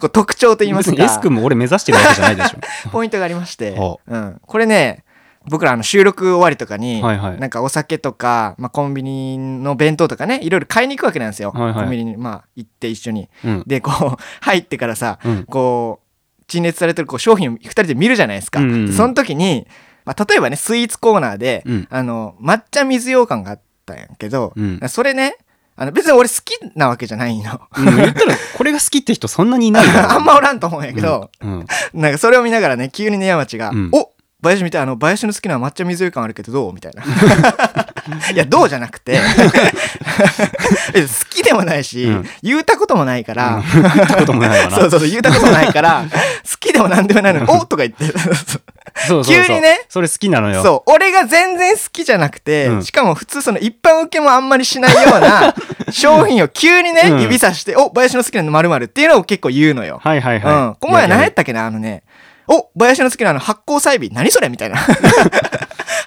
Speaker 2: こう特徴と言います
Speaker 1: 別
Speaker 2: か
Speaker 1: に S 君も俺目指してるわけじゃないでしょ。
Speaker 2: ポイントがありまして
Speaker 1: ほ、
Speaker 2: うん、これね僕らあの収録終わりとかに、
Speaker 1: はいはい
Speaker 2: なんかお酒とか、まあ、コンビニの弁当とかねいろいろ買いに行くわけなんですよ、
Speaker 1: はいはい
Speaker 2: コンビニに、まあ、行って一緒に
Speaker 1: うん
Speaker 2: でこう 入ってからさ
Speaker 1: うん
Speaker 2: こう陳列されてるこう商品を2人で見るじゃないですか、
Speaker 1: うんうんうん
Speaker 2: でその時に、まあ、例えばねスイーツコーナーで、
Speaker 1: うん
Speaker 2: あの抹茶水羊羹があったんやけど、
Speaker 1: うん
Speaker 2: それねあの別に俺好きなわけじゃないの
Speaker 1: うん言ったらこれが好きって人そんなにいないよ
Speaker 2: あんまおらんと思うんやけど、
Speaker 1: うん
Speaker 2: なんかそれを見ながらね、急にね、山地が、
Speaker 1: うん
Speaker 2: お林見て、あの、林の好きな抹茶水ようかんあるけどどうみ たいな。いや、どうじゃなくて、別に好きでもないし、
Speaker 1: うん
Speaker 2: 言うたこともないから、
Speaker 1: 言ったこともないわな。
Speaker 2: そうそうそう、言うたこともない から、好きでもなんでもないのに、おとか言って、
Speaker 1: そうそうそう
Speaker 2: 急にね
Speaker 1: それ好きなのよ。
Speaker 2: そう、俺が全然好きじゃなくて、
Speaker 1: うん
Speaker 2: しかも普通その一般受けもあんまりしないよう な商品を急にね、
Speaker 1: うん
Speaker 2: 指さして、お林の好きなの〇〇っていうのを結構言うのよ。
Speaker 1: はいはいはい。
Speaker 2: うん。この前何やっ
Speaker 1: い
Speaker 2: たっけなあのね、お林の好きなあの発酵細微何それみた いな。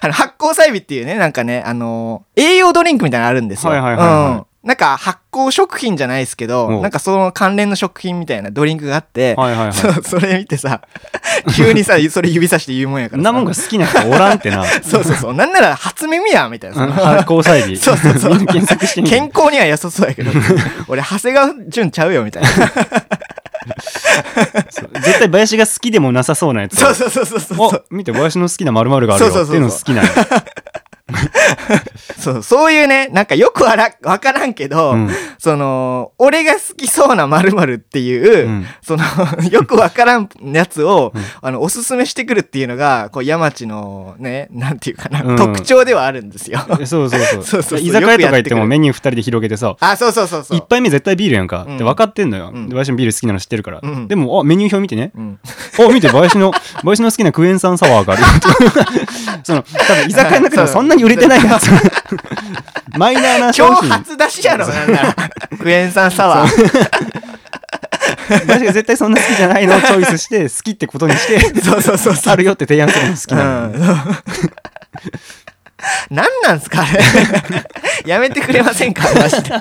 Speaker 2: あの発酵細微っていうね、なんかね、あのー栄養ドリンクみたいなのあるんですよ。
Speaker 1: はいはいはいはい
Speaker 2: うん。なんか発酵食品じゃないですけ
Speaker 1: お
Speaker 2: ど、
Speaker 1: う
Speaker 2: なんかその関連の食品みたいなドリンクがあって、
Speaker 1: はいはいはい
Speaker 2: そうそれ見て さ、急にさ、それ指さして言うもんやか
Speaker 1: やいや
Speaker 2: ら
Speaker 1: ん
Speaker 2: さ
Speaker 1: なもんが好きな人おらんってな。
Speaker 2: そうそうそう。なんなら初耳やみたいな。
Speaker 1: 発酵細微。
Speaker 2: そうそうそう
Speaker 1: みんな検索してみる
Speaker 2: 健康には良さそう やけど、俺、長谷川淳ちゃうよ、みたいな。
Speaker 1: そう絶対林が好きでもなさそうなやつ。
Speaker 2: そうそうそうそうそう。
Speaker 1: お見て、林の好きな〇〇があるよって
Speaker 2: そうそうそうそう
Speaker 1: いうの好きなの。
Speaker 2: そう、そういうね、なんかよくわらわからんけど、
Speaker 1: うん
Speaker 2: その、俺が好きそうな〇〇っていう、
Speaker 1: うん
Speaker 2: その、 よくわからんやつを、あの、おすすめしてくるっていうのが、こう、山地のね、なんていうかな、
Speaker 1: うん
Speaker 2: 特徴ではあるんです よ。
Speaker 1: そうそ
Speaker 2: そ
Speaker 1: うそう。
Speaker 2: うそうそう
Speaker 1: 居酒
Speaker 2: よ
Speaker 1: 屋とか行っ
Speaker 2: くやって
Speaker 1: て
Speaker 2: くれ
Speaker 1: も
Speaker 2: る
Speaker 1: メニュー二人で広げてさ、
Speaker 2: あ、そうそうそうそう。
Speaker 1: 一杯目絶対ビールやんか。
Speaker 2: うん
Speaker 1: って分かってんのよ。
Speaker 2: うん
Speaker 1: で林もビール好きなの知ってるから。
Speaker 2: うん
Speaker 1: でも、あ、メニュー表見てね。
Speaker 2: うん、
Speaker 1: お、見て、林の、林の好きなクエン酸サワーがある よ。その、多分居酒屋の中でもそんなに売れてないや つ。マイナーな商
Speaker 2: 挑
Speaker 1: 品。
Speaker 2: 発出しやろ、なんなら。クエン酸サワー。
Speaker 1: 林が絶対そんな好きじゃな いのをチョイスして、好きってことにして、
Speaker 2: そうそうそうそう。
Speaker 1: あるよって提案するの好き
Speaker 2: うん。
Speaker 1: なの。
Speaker 2: なんなんすかあれやめてくれませんかマジでっ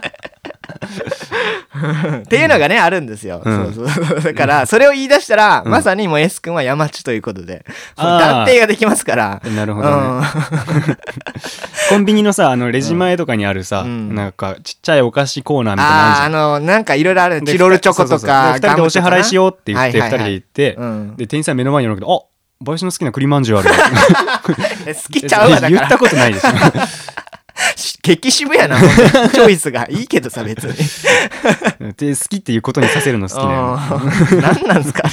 Speaker 2: ていうのがねあるんですよ、
Speaker 1: うん
Speaker 2: そうそうだからそれを言い出したら、
Speaker 1: うん
Speaker 2: まさにもう S 君は山地ということでそ
Speaker 1: あ
Speaker 2: の
Speaker 1: ー
Speaker 2: 断定ができますから
Speaker 1: なるほどねコンビニのさ、あの、レジ前とかにあるさ、
Speaker 2: うん
Speaker 1: なんか、ちっちゃいお菓子コーナー
Speaker 2: うん、
Speaker 1: みたいなのあるじ
Speaker 2: ああ
Speaker 1: ゃ
Speaker 2: ーあ
Speaker 1: ん
Speaker 2: のなんかいろいろある
Speaker 1: で
Speaker 2: チロルチョコとか
Speaker 1: そうそうそうで二人でお支払いし
Speaker 2: よ
Speaker 1: ようって言っ
Speaker 2: は
Speaker 1: て、二
Speaker 2: いはいはい
Speaker 1: 人で行って、
Speaker 2: うん
Speaker 1: で、店員さん目の前におるけど、あバイスの好きな栗まんじゅうあるよ。
Speaker 2: え好きちゃうわだか
Speaker 1: 言っ
Speaker 2: ら
Speaker 1: たことないでしょ。
Speaker 2: 激渋やなほんとにチョイスがいいけどさ別に
Speaker 1: で、好きっていうことにさせるの好きだよね。
Speaker 2: うん何なんですか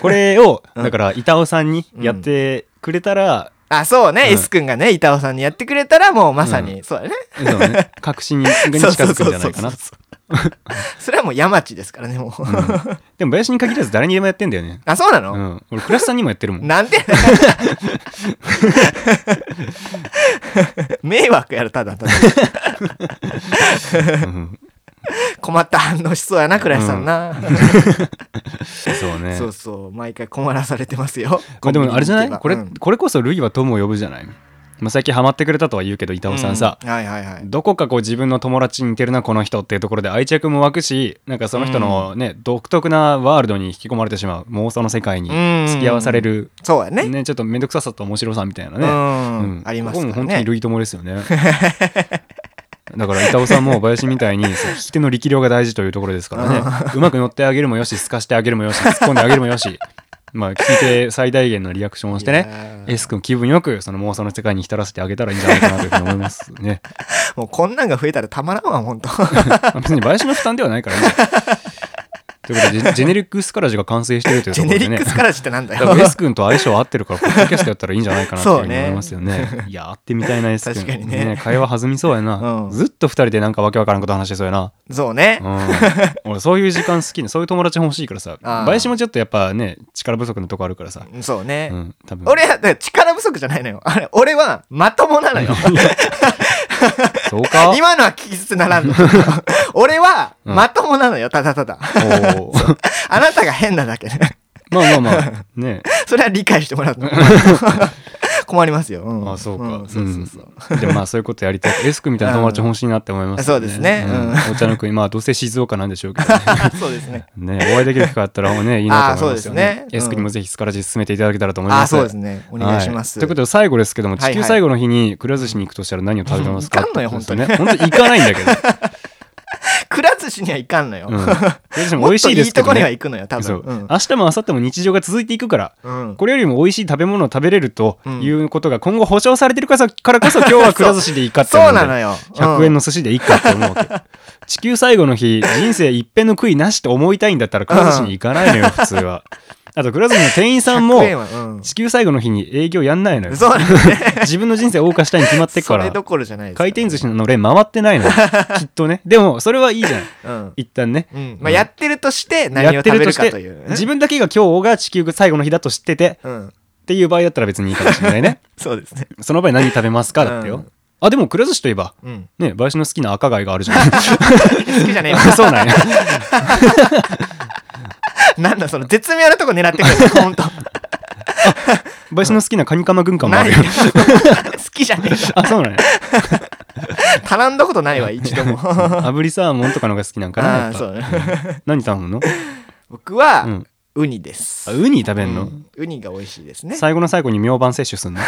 Speaker 1: これを、だから、板尾さんにやってくれたら、
Speaker 2: あそうね、
Speaker 1: うん
Speaker 2: S 君がね板尾さんにやってくれたらもうまさに、そうだね
Speaker 1: そうね、確信に近づくんじゃないかな
Speaker 2: そう。そうそうそうそれはもう山地ですからねもう、
Speaker 1: でも、林に限らず誰にでもやってんだよね。
Speaker 2: あそうな
Speaker 1: う
Speaker 2: の、
Speaker 1: ん。俺、倉スさんにもやっ てるもん。
Speaker 2: なん で迷惑やるただただ
Speaker 1: うん
Speaker 2: 困った反応しそうやな倉石さんな、
Speaker 1: そうね。
Speaker 2: そうそう毎回困らされてますよ
Speaker 1: まあでもあれじゃないこれ、
Speaker 2: うん
Speaker 1: これこそルイは友を呼ぶじゃない、まあ、最近ハマってくれたとは言うけど板尾さんさ、
Speaker 2: うはいはいはい
Speaker 1: どこかこう自分の友達に似てるなこの人っていうところで愛着も湧くしなんかその人のね、独特なワールドに引き込まれてしまう妄想の世界に
Speaker 2: うん
Speaker 1: 付き合わされる、
Speaker 2: そうやね
Speaker 1: ねちょっと面倒くささと面白さみたいな
Speaker 2: う
Speaker 1: ね、
Speaker 2: ん、
Speaker 1: うん
Speaker 2: あります
Speaker 1: こ
Speaker 2: から
Speaker 1: こも本当に
Speaker 2: ね
Speaker 1: ルイ友ですよね だから板尾さんも林みたいにそう引き手の力量が大事というところですからねうまく乗ってあげるもよしすかしてあげるもよし突っ込んであげるもよしまあ聞いて最大限のリアクションをしてね
Speaker 2: ね
Speaker 1: S 君気分よくその妄想の世界に浸らせてあげたらいいんじゃないかなというふうに思いますね。
Speaker 2: もうこんなんが増えたらたまらんわ本当
Speaker 1: まあ別に林の負担ではないからね。ということでジェジェネリックスカラジが完成しているというと
Speaker 2: ジェ
Speaker 1: ころ
Speaker 2: ネ
Speaker 1: で
Speaker 2: リッ
Speaker 1: ね
Speaker 2: ク。スカラジってなんだ
Speaker 1: だ
Speaker 2: よ
Speaker 1: から S 君と相性合ってるからポッドキャストやったらいいんじゃないかなっていうふうに思います よね。いや会ってみたいな S
Speaker 2: 確
Speaker 1: 君。
Speaker 2: かにね
Speaker 1: 会話弾みそうやな。
Speaker 2: うん
Speaker 1: ずっと二人でなんかわけわからんこと話してそうやな。
Speaker 2: そうね、
Speaker 1: うん、 俺そういう時間好きなそういう友達欲しいからさ
Speaker 2: あー
Speaker 1: 林もちょっとやっぱね力不足のとこあるからさ。
Speaker 2: そうね、
Speaker 1: うん、多分
Speaker 2: 俺はだから力不足じゃないのよあれ俺はまともなのよ
Speaker 1: そうか
Speaker 2: 今のは聞き捨てならんの 俺はまともなのよただただ
Speaker 1: おー
Speaker 2: あなたが変なだけね
Speaker 1: まあまあまあね
Speaker 2: それは理解してもらう と困りますよ、うん
Speaker 1: あそうか、
Speaker 2: んそうそうそう、
Speaker 1: うんでもまあそういうことやりたいエス君みたいな友達欲しいなって思いますよ
Speaker 2: うんそうですねうん
Speaker 1: お茶の国まあどうせ静岡なんでしょうけどね
Speaker 2: そうです ね
Speaker 1: ねお会いできる機会あったらも うねいいなと思いますよ
Speaker 2: あーそう
Speaker 1: ね
Speaker 2: ですねうん
Speaker 1: エス君もぜひスカラジ進めていただけたらと思い
Speaker 2: あ
Speaker 1: ます
Speaker 2: そうですねお願いします、
Speaker 1: はいということで最後ですけども
Speaker 2: はいはい
Speaker 1: 地球最後の日にくら寿司に行くとしたら何を食べますか
Speaker 2: うん行かんのよ
Speaker 1: ってことですね本当に行かないんだけど
Speaker 2: くら寿司にはいかんのよ、
Speaker 1: うん
Speaker 2: もっ
Speaker 1: くら寿司
Speaker 2: と
Speaker 1: も美味しいですけ
Speaker 2: とこ
Speaker 1: ど
Speaker 2: には
Speaker 1: ね
Speaker 2: 行くのよ多分
Speaker 1: そう
Speaker 2: うん
Speaker 1: 明日も明後日も日常が続いていくから
Speaker 2: うん
Speaker 1: これよりも美味しい食べ物を食べれるということが今後保証されてるからさから こそ今日はくら寿司でいいかって思
Speaker 2: そう
Speaker 1: んだよ
Speaker 2: なのよ
Speaker 1: 100円の寿司でいいかって思うわけ 地球最後の日人生一遍の悔いなしって思いたいんだったらくら寿司に行かないの よ普通はあとくら寿司の店員さんも
Speaker 2: 100円はうん
Speaker 1: 地球最後の日に営業やんないのよ
Speaker 2: そうなのよ ね
Speaker 1: 自分の人生を謳歌したいに決まってっか
Speaker 2: それ
Speaker 1: ら
Speaker 2: どころじゃないです
Speaker 1: 回転寿司
Speaker 2: の、
Speaker 1: のれん回ってない のよきっとねでもそれはいいじゃん
Speaker 2: うん
Speaker 1: 一旦ね
Speaker 2: うんまあ、やってるとして何を食べるかというね、
Speaker 1: 自分だけが今日が地球最後の日だと知ってて
Speaker 2: うん、
Speaker 1: っていう場合だったら別にいいかもしれな いね
Speaker 2: そうですね、
Speaker 1: その場合何食べますかだってよ、
Speaker 2: うん
Speaker 1: あでもくら寿司といえば
Speaker 2: うん、
Speaker 1: ね林の好きな赤貝があるじゃん
Speaker 2: 好きじゃねえよ
Speaker 1: そうなんや
Speaker 2: なんだその絶妙なとこ狙ってくる本当
Speaker 1: バイスの好きなカニカマ軍艦も
Speaker 2: な
Speaker 1: ある
Speaker 2: い
Speaker 1: よ
Speaker 2: よ。好きじゃねえよ
Speaker 1: あ、 そうなんや。
Speaker 2: 頼んだことないわ一度も
Speaker 1: 炙りサーモンとかのが好きなんかな。
Speaker 2: あ
Speaker 1: や
Speaker 2: あ
Speaker 1: っぱ
Speaker 2: そうね
Speaker 1: 何頼むの
Speaker 2: 僕は、
Speaker 1: うん。
Speaker 2: ウニです
Speaker 1: あウニ食べん
Speaker 2: う
Speaker 1: の
Speaker 2: んウニが美味しいですね
Speaker 1: 最後の最後に明晩摂取 すんの
Speaker 2: い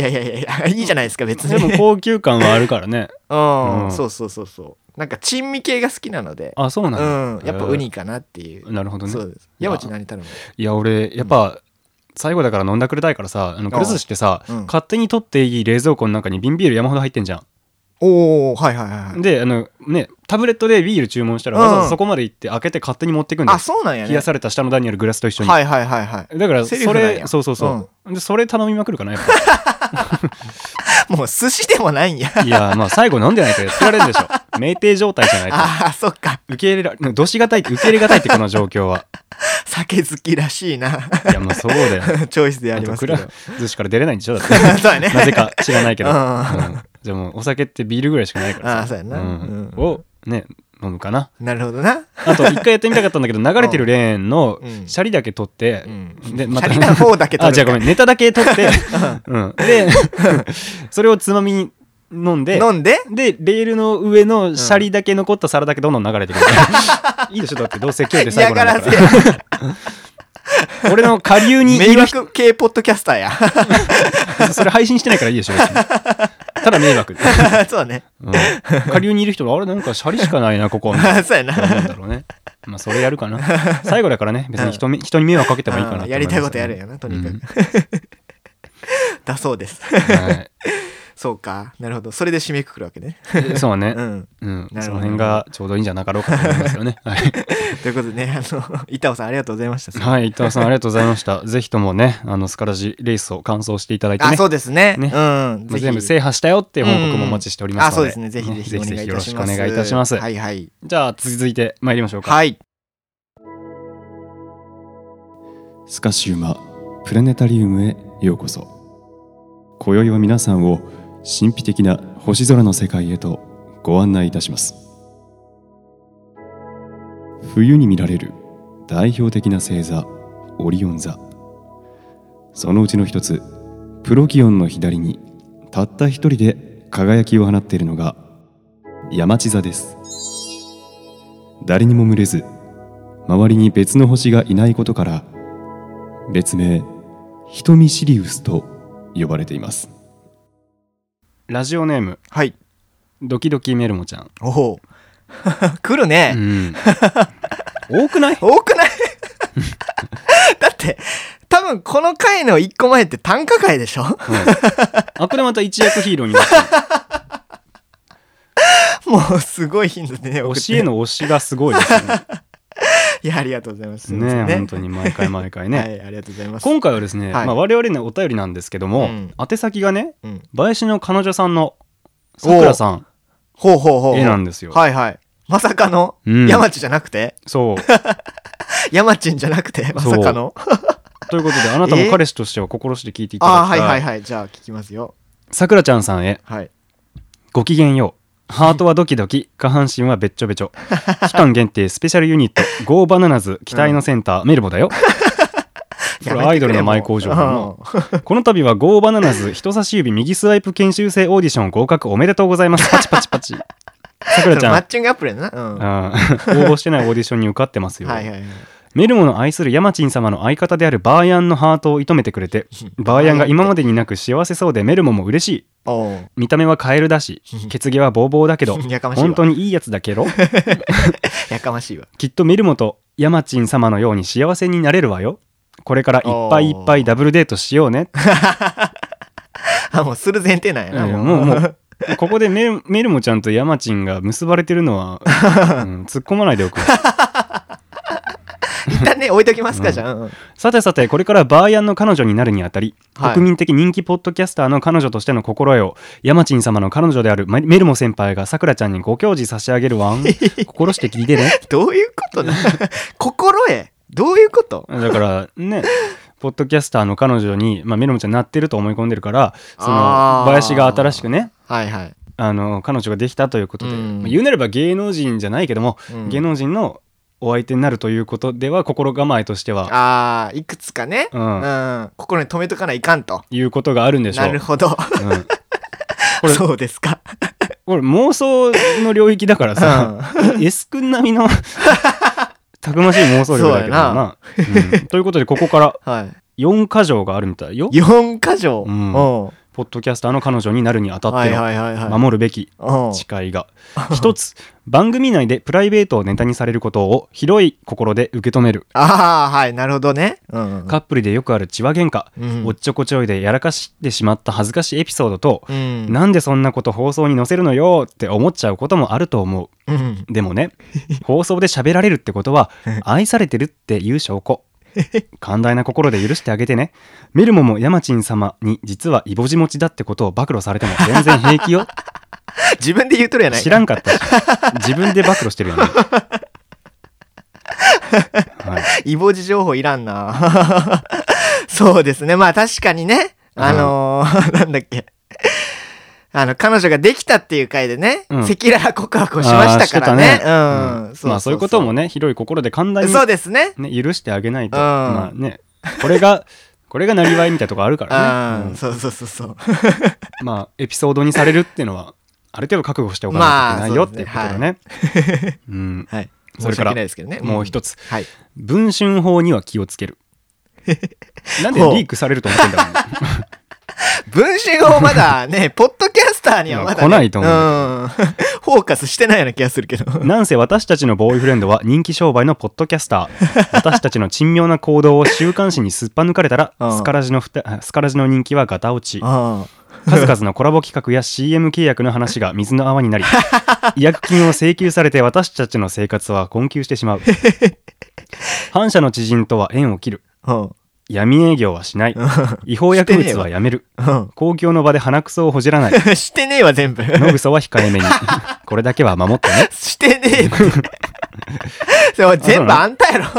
Speaker 2: やいやいやいやいいじゃないですか別に
Speaker 1: でも高級感はあるからね。
Speaker 2: うん
Speaker 1: うん
Speaker 2: そうそうそうそうなんか珍味系が好きなので
Speaker 1: あ、そう
Speaker 2: う
Speaker 1: なん
Speaker 2: んや
Speaker 1: や。
Speaker 2: っぱウニかなっていう、
Speaker 1: なるほどね
Speaker 2: そう。です山内何頼む
Speaker 1: いや、俺、やっぱ、最後だから飲んだくれたいからさ、あの、くら寿司ってさ、
Speaker 2: うん
Speaker 1: 勝手に取っていい冷蔵庫の中に瓶ビール山ほど入ってんじゃ
Speaker 2: おおはいはいはい
Speaker 1: ん。で、あの、ね、タブレットでビール注文したら、
Speaker 2: うん
Speaker 1: わざわざそこまで行って開けて勝手に持ってくんだ
Speaker 2: あ
Speaker 1: よ。
Speaker 2: そうなんやね
Speaker 1: 冷やされた下の段にあるグラスと一緒に。
Speaker 2: はいはいはいはい
Speaker 1: だから、そ
Speaker 2: セリフなん
Speaker 1: れ、
Speaker 2: や
Speaker 1: そうそうそう。で、それ頼みまくるかな、やっぱ。
Speaker 2: もう寿司でもないんや。
Speaker 1: いや、まあ最後飲んでないとやってられるでしょ。酩酊状態じゃないと。
Speaker 2: ああ、そっか。
Speaker 1: 受け入れられ、どしがたいって受け入れがたいってこの状況 は。
Speaker 2: 酒好きらしいな。
Speaker 1: いや、まあそうだよ。
Speaker 2: チョイスであ
Speaker 1: あ
Speaker 2: り
Speaker 1: と
Speaker 2: ます
Speaker 1: く
Speaker 2: けど。そ
Speaker 1: ら
Speaker 2: う
Speaker 1: 寿司から出れないんでしょだ って。
Speaker 2: やね。
Speaker 1: なぜか知らないけど。
Speaker 2: う
Speaker 1: うんんじゃあもうお酒ってビールぐらいしかないから
Speaker 2: あーそうやな
Speaker 1: うん
Speaker 2: うん
Speaker 1: を、ね、飲むかな。
Speaker 2: なるほどな。
Speaker 1: あと一回やってみたかったんだ けど、流れてるレーンの
Speaker 2: うん
Speaker 1: シャリだけ取って
Speaker 2: う、ん。
Speaker 1: で、
Speaker 2: シャリの方だけ取る
Speaker 1: あ、じゃあごめん、ネタだけ取 って、うん。で、それをつまみに飲んで、
Speaker 2: 飲んで
Speaker 1: で、レールの上のシャリだけ残った皿だけどんどん流れてく る。いいでしょだってどうせ今日で最
Speaker 2: 嫌
Speaker 1: 後な
Speaker 2: が
Speaker 1: んだ
Speaker 2: ら
Speaker 1: か
Speaker 2: せ
Speaker 1: ら。。俺の下流にい
Speaker 2: 迷
Speaker 1: る人、
Speaker 2: 惑系ポッドキャスターや。
Speaker 1: それ配信してないからいいでしょ別にただ 迷惑。
Speaker 2: そうね。
Speaker 1: うん下流にいる人が、あれなんかシャリしかないな、ここ。みたい
Speaker 2: あそうや
Speaker 1: な
Speaker 2: な。
Speaker 1: なんだろうね。まあ、それやるかな。最後だからね、別に人,、人に迷惑かけてもいいかなと思
Speaker 2: やりたいことやる
Speaker 1: よ。
Speaker 2: よなとにかく、
Speaker 1: うん
Speaker 2: だそうです
Speaker 1: はい
Speaker 2: そうかなるほどそれで締めくくるわけね
Speaker 1: えそうね
Speaker 2: う。ん
Speaker 1: うん。
Speaker 2: ど
Speaker 1: その辺がちょうどいいんじゃなかろうかと思いますよね。はい。
Speaker 2: ということでねあの板尾さんありがとうございました、
Speaker 1: はい、伊藤さんありがとうございました。ぜひともね、あの、スカラジレースを完走していただいて
Speaker 2: あ
Speaker 1: ね
Speaker 2: そ。うですね
Speaker 1: ね
Speaker 2: うんぜひ
Speaker 1: 全部制覇したよっていう報告もお待ちしております
Speaker 2: あそう
Speaker 1: の
Speaker 2: で
Speaker 1: で、
Speaker 2: すねぜひぜひお
Speaker 1: ね
Speaker 2: 願いい
Speaker 1: よ
Speaker 2: た
Speaker 1: ろし
Speaker 2: し
Speaker 1: く
Speaker 2: ま
Speaker 1: お
Speaker 2: す
Speaker 1: 願いいたします。
Speaker 2: はいはい
Speaker 1: じゃあ続いて参りましょうか。
Speaker 2: はい
Speaker 3: スカシウマプラネタリウムへようこそ今宵は皆さんを神秘的な星空の世界へとご案内いたします冬に見られる代表的な星座オリオン座そのうちの一つプロキオンの左にたった一人で輝きを放っているのが山地座です誰にも群れず周りに別の星がいないことから別名人見シリウスと呼ばれています
Speaker 1: ラジオネーム、
Speaker 2: はい
Speaker 1: ドキドキメルモちゃん。
Speaker 2: おお 来るね、
Speaker 1: うん。多くない
Speaker 2: 多くない だって多分この回の1個前って短歌会でしょ
Speaker 1: あ、これまた一躍ヒーローになった。
Speaker 2: もうすごい頻度でね送
Speaker 1: 推
Speaker 2: って
Speaker 1: しへの推しがすごいですね。
Speaker 2: いやありがとうございますすいません
Speaker 1: ね本当に毎回毎回
Speaker 2: は
Speaker 1: ね。
Speaker 2: いありがとうございます
Speaker 1: 今回はですね、
Speaker 2: はい
Speaker 1: まあ我々のお便りなんですけど
Speaker 2: う
Speaker 1: も
Speaker 2: ん、
Speaker 1: 宛先がね、
Speaker 2: うん
Speaker 1: 林の彼女さんのさくらさん
Speaker 2: ほうほうほう
Speaker 1: 絵なん
Speaker 2: で
Speaker 1: ですよ。
Speaker 2: はいはいまさかの、
Speaker 1: うん
Speaker 2: 山地じゃなくて
Speaker 1: そう。
Speaker 2: 山地んじゃなくてま
Speaker 1: そう
Speaker 2: さかの
Speaker 1: ということで、あなたも彼氏としては心して聞いていた
Speaker 2: あ
Speaker 1: だ
Speaker 2: あ
Speaker 1: き
Speaker 2: は
Speaker 1: た
Speaker 2: い
Speaker 1: い。
Speaker 2: はいはいじゃあ聞きますよ
Speaker 1: さくらちゃんさんへ、
Speaker 2: はい
Speaker 1: ごきげんよう。ハートはドキ ドキ、下半身はべっちょべちょ。期間限定スペシャルユニット、ゴーバナナズ、期待のセンター、メルボだよ。これアイドルの前工場だな
Speaker 2: もううん
Speaker 1: この度はゴーバナナズ人差し指右スワイプ研修生オーディション合格おめでとうござい ます。パチパチパチ。さくらちゃん
Speaker 2: マッ、チングアプリだなうんは
Speaker 1: あー応募してないオーディションに受かってま
Speaker 2: い
Speaker 1: すよ。
Speaker 2: はいはい
Speaker 1: メルモの愛するヤマチン様の相方であるバーヤンのハートを射止めてくれて、バーヤンが今までになく幸せそうでメルモも嬉しい。
Speaker 2: おう
Speaker 1: 見た目はカエルだ し、血毛はボーボーだけど、
Speaker 2: やかましいわ
Speaker 1: 本当にいいやつだけど、
Speaker 2: やかましいわ
Speaker 1: きっとメルモとヤマチン様のように幸せになれるわよ。これからいっぱいいっぱいダブルデートしようね。
Speaker 2: あもうする前提なんやな
Speaker 1: うんもうもうここでメルメルモちゃんとヤマチンが結ばれてるのは、うん突っ込まないでおく
Speaker 2: 一旦ね置いときますかじゃあうん
Speaker 1: さてさてこれからバーヤンの彼女になるにあたり、
Speaker 2: はい
Speaker 1: 国民的人気ポッドキャスターの彼女としての心得をヤマチン様の彼女であるマメルモ先輩がさくらちゃんにご教示差し上げるわ ん心して聞いてね
Speaker 2: どういうこと だ心得どういうこと
Speaker 1: だからねポッドキャスターの彼女に、まあ、メルモちゃんなってると思い込んでるからその
Speaker 2: あー
Speaker 1: 林が新しくね
Speaker 2: はいはい。
Speaker 1: あの彼女ができたということで、
Speaker 2: うん
Speaker 1: まあ言うなれば芸能人じゃないけども、
Speaker 2: うん
Speaker 1: 芸能人のお相手になるということでは心構えとしては
Speaker 2: ああ、いくつかね、
Speaker 1: う
Speaker 2: うんん、心に留めとかないかんと。
Speaker 1: いうことがあるんでしょう。
Speaker 2: なるほど。
Speaker 1: うんこれ
Speaker 2: そうですか。
Speaker 1: これ妄想の領域だからさ、S 君並みのたくましい妄想力だけどな。うんということでここから
Speaker 2: はい。
Speaker 1: 4箇条があるみたいよ。
Speaker 2: 四箇条。
Speaker 1: うん
Speaker 2: お
Speaker 1: ポッドキャスターの彼女になるにあた
Speaker 2: う
Speaker 1: っての。
Speaker 2: はいはいはいはい。
Speaker 1: 守るべき
Speaker 2: おう
Speaker 1: 誓いが一つ番組内でプライベートをネタにされることを広い心で受け止める
Speaker 2: ああ、はい、なるほどね。うん。
Speaker 1: カップルでよくある血は喧嘩、
Speaker 2: うん
Speaker 1: おっちょこちょいでやらかしてしまった恥ずかしいエピソードと、
Speaker 2: うん。
Speaker 1: なんでそんなこと放送に載せるのよって思っちゃうこともあると思う
Speaker 2: うん。
Speaker 1: で もね放送で喋られるってことは愛されてるっていう証拠寛大な心で許してあげてねメルモもヤマチン様に実はイボジ持ちだってことを暴露されても全然平気よ
Speaker 2: 自分で言うとるやない
Speaker 1: 知らんかったし自分で暴露してるよね、 は い、
Speaker 2: イボジ情報いらんな。 そうですね。まあ確かにね。あのー なんだっけ。あの、彼女ができたっていう回でね、
Speaker 1: うん
Speaker 2: 赤裸々告白をしましたからね。うん。
Speaker 1: あーしてたねまあそういうこともね広い心で寛大に
Speaker 2: そうですね。
Speaker 1: ね、許してあげないと、
Speaker 2: うん
Speaker 1: まあねこれが これがなりわいみたいなとこあるからね
Speaker 2: う、ん、そうそうそうそう。
Speaker 1: うんまあエピソードにされるっていうのはある程度覚悟しておかないといけないよっていうことだね,、うん、
Speaker 2: はい。
Speaker 1: そ
Speaker 2: 申
Speaker 1: れから
Speaker 2: し訳ないですけどね。
Speaker 1: もう一つ
Speaker 2: んはい。
Speaker 1: 文春法には気をつけるなんで
Speaker 2: ほう
Speaker 1: リークされると思ってんだろうね
Speaker 2: 文集をまだ ね、ポッドキャスターにはまだ、ね、
Speaker 1: 来ないと思う ん
Speaker 2: フォーカスしてないような気がするけど。
Speaker 1: なんせ私たちのボーイフレンドは人気商売のポッドキャスター。 私たちの珍妙な行動を週刊誌にすっぱ抜かれたら
Speaker 2: う、ん
Speaker 1: スカラジのふたスカラジの人気はガタ落ち。
Speaker 2: あ
Speaker 1: 数々のコラボ企画や CM 契約の話が水の泡 になり、違約金を請求されて私たちの生活は困窮してし まう。反社の知人とは縁を切る。
Speaker 2: あ、うん。
Speaker 1: 闇営業はしない。違法薬物はやめる。
Speaker 2: う
Speaker 1: 公共の場で鼻くそをほじ らない。
Speaker 2: ん。してねえわ、全部。
Speaker 1: 野草は控えめに。これだけは守ってね。
Speaker 2: してねえって。 それは全部あんたやろ。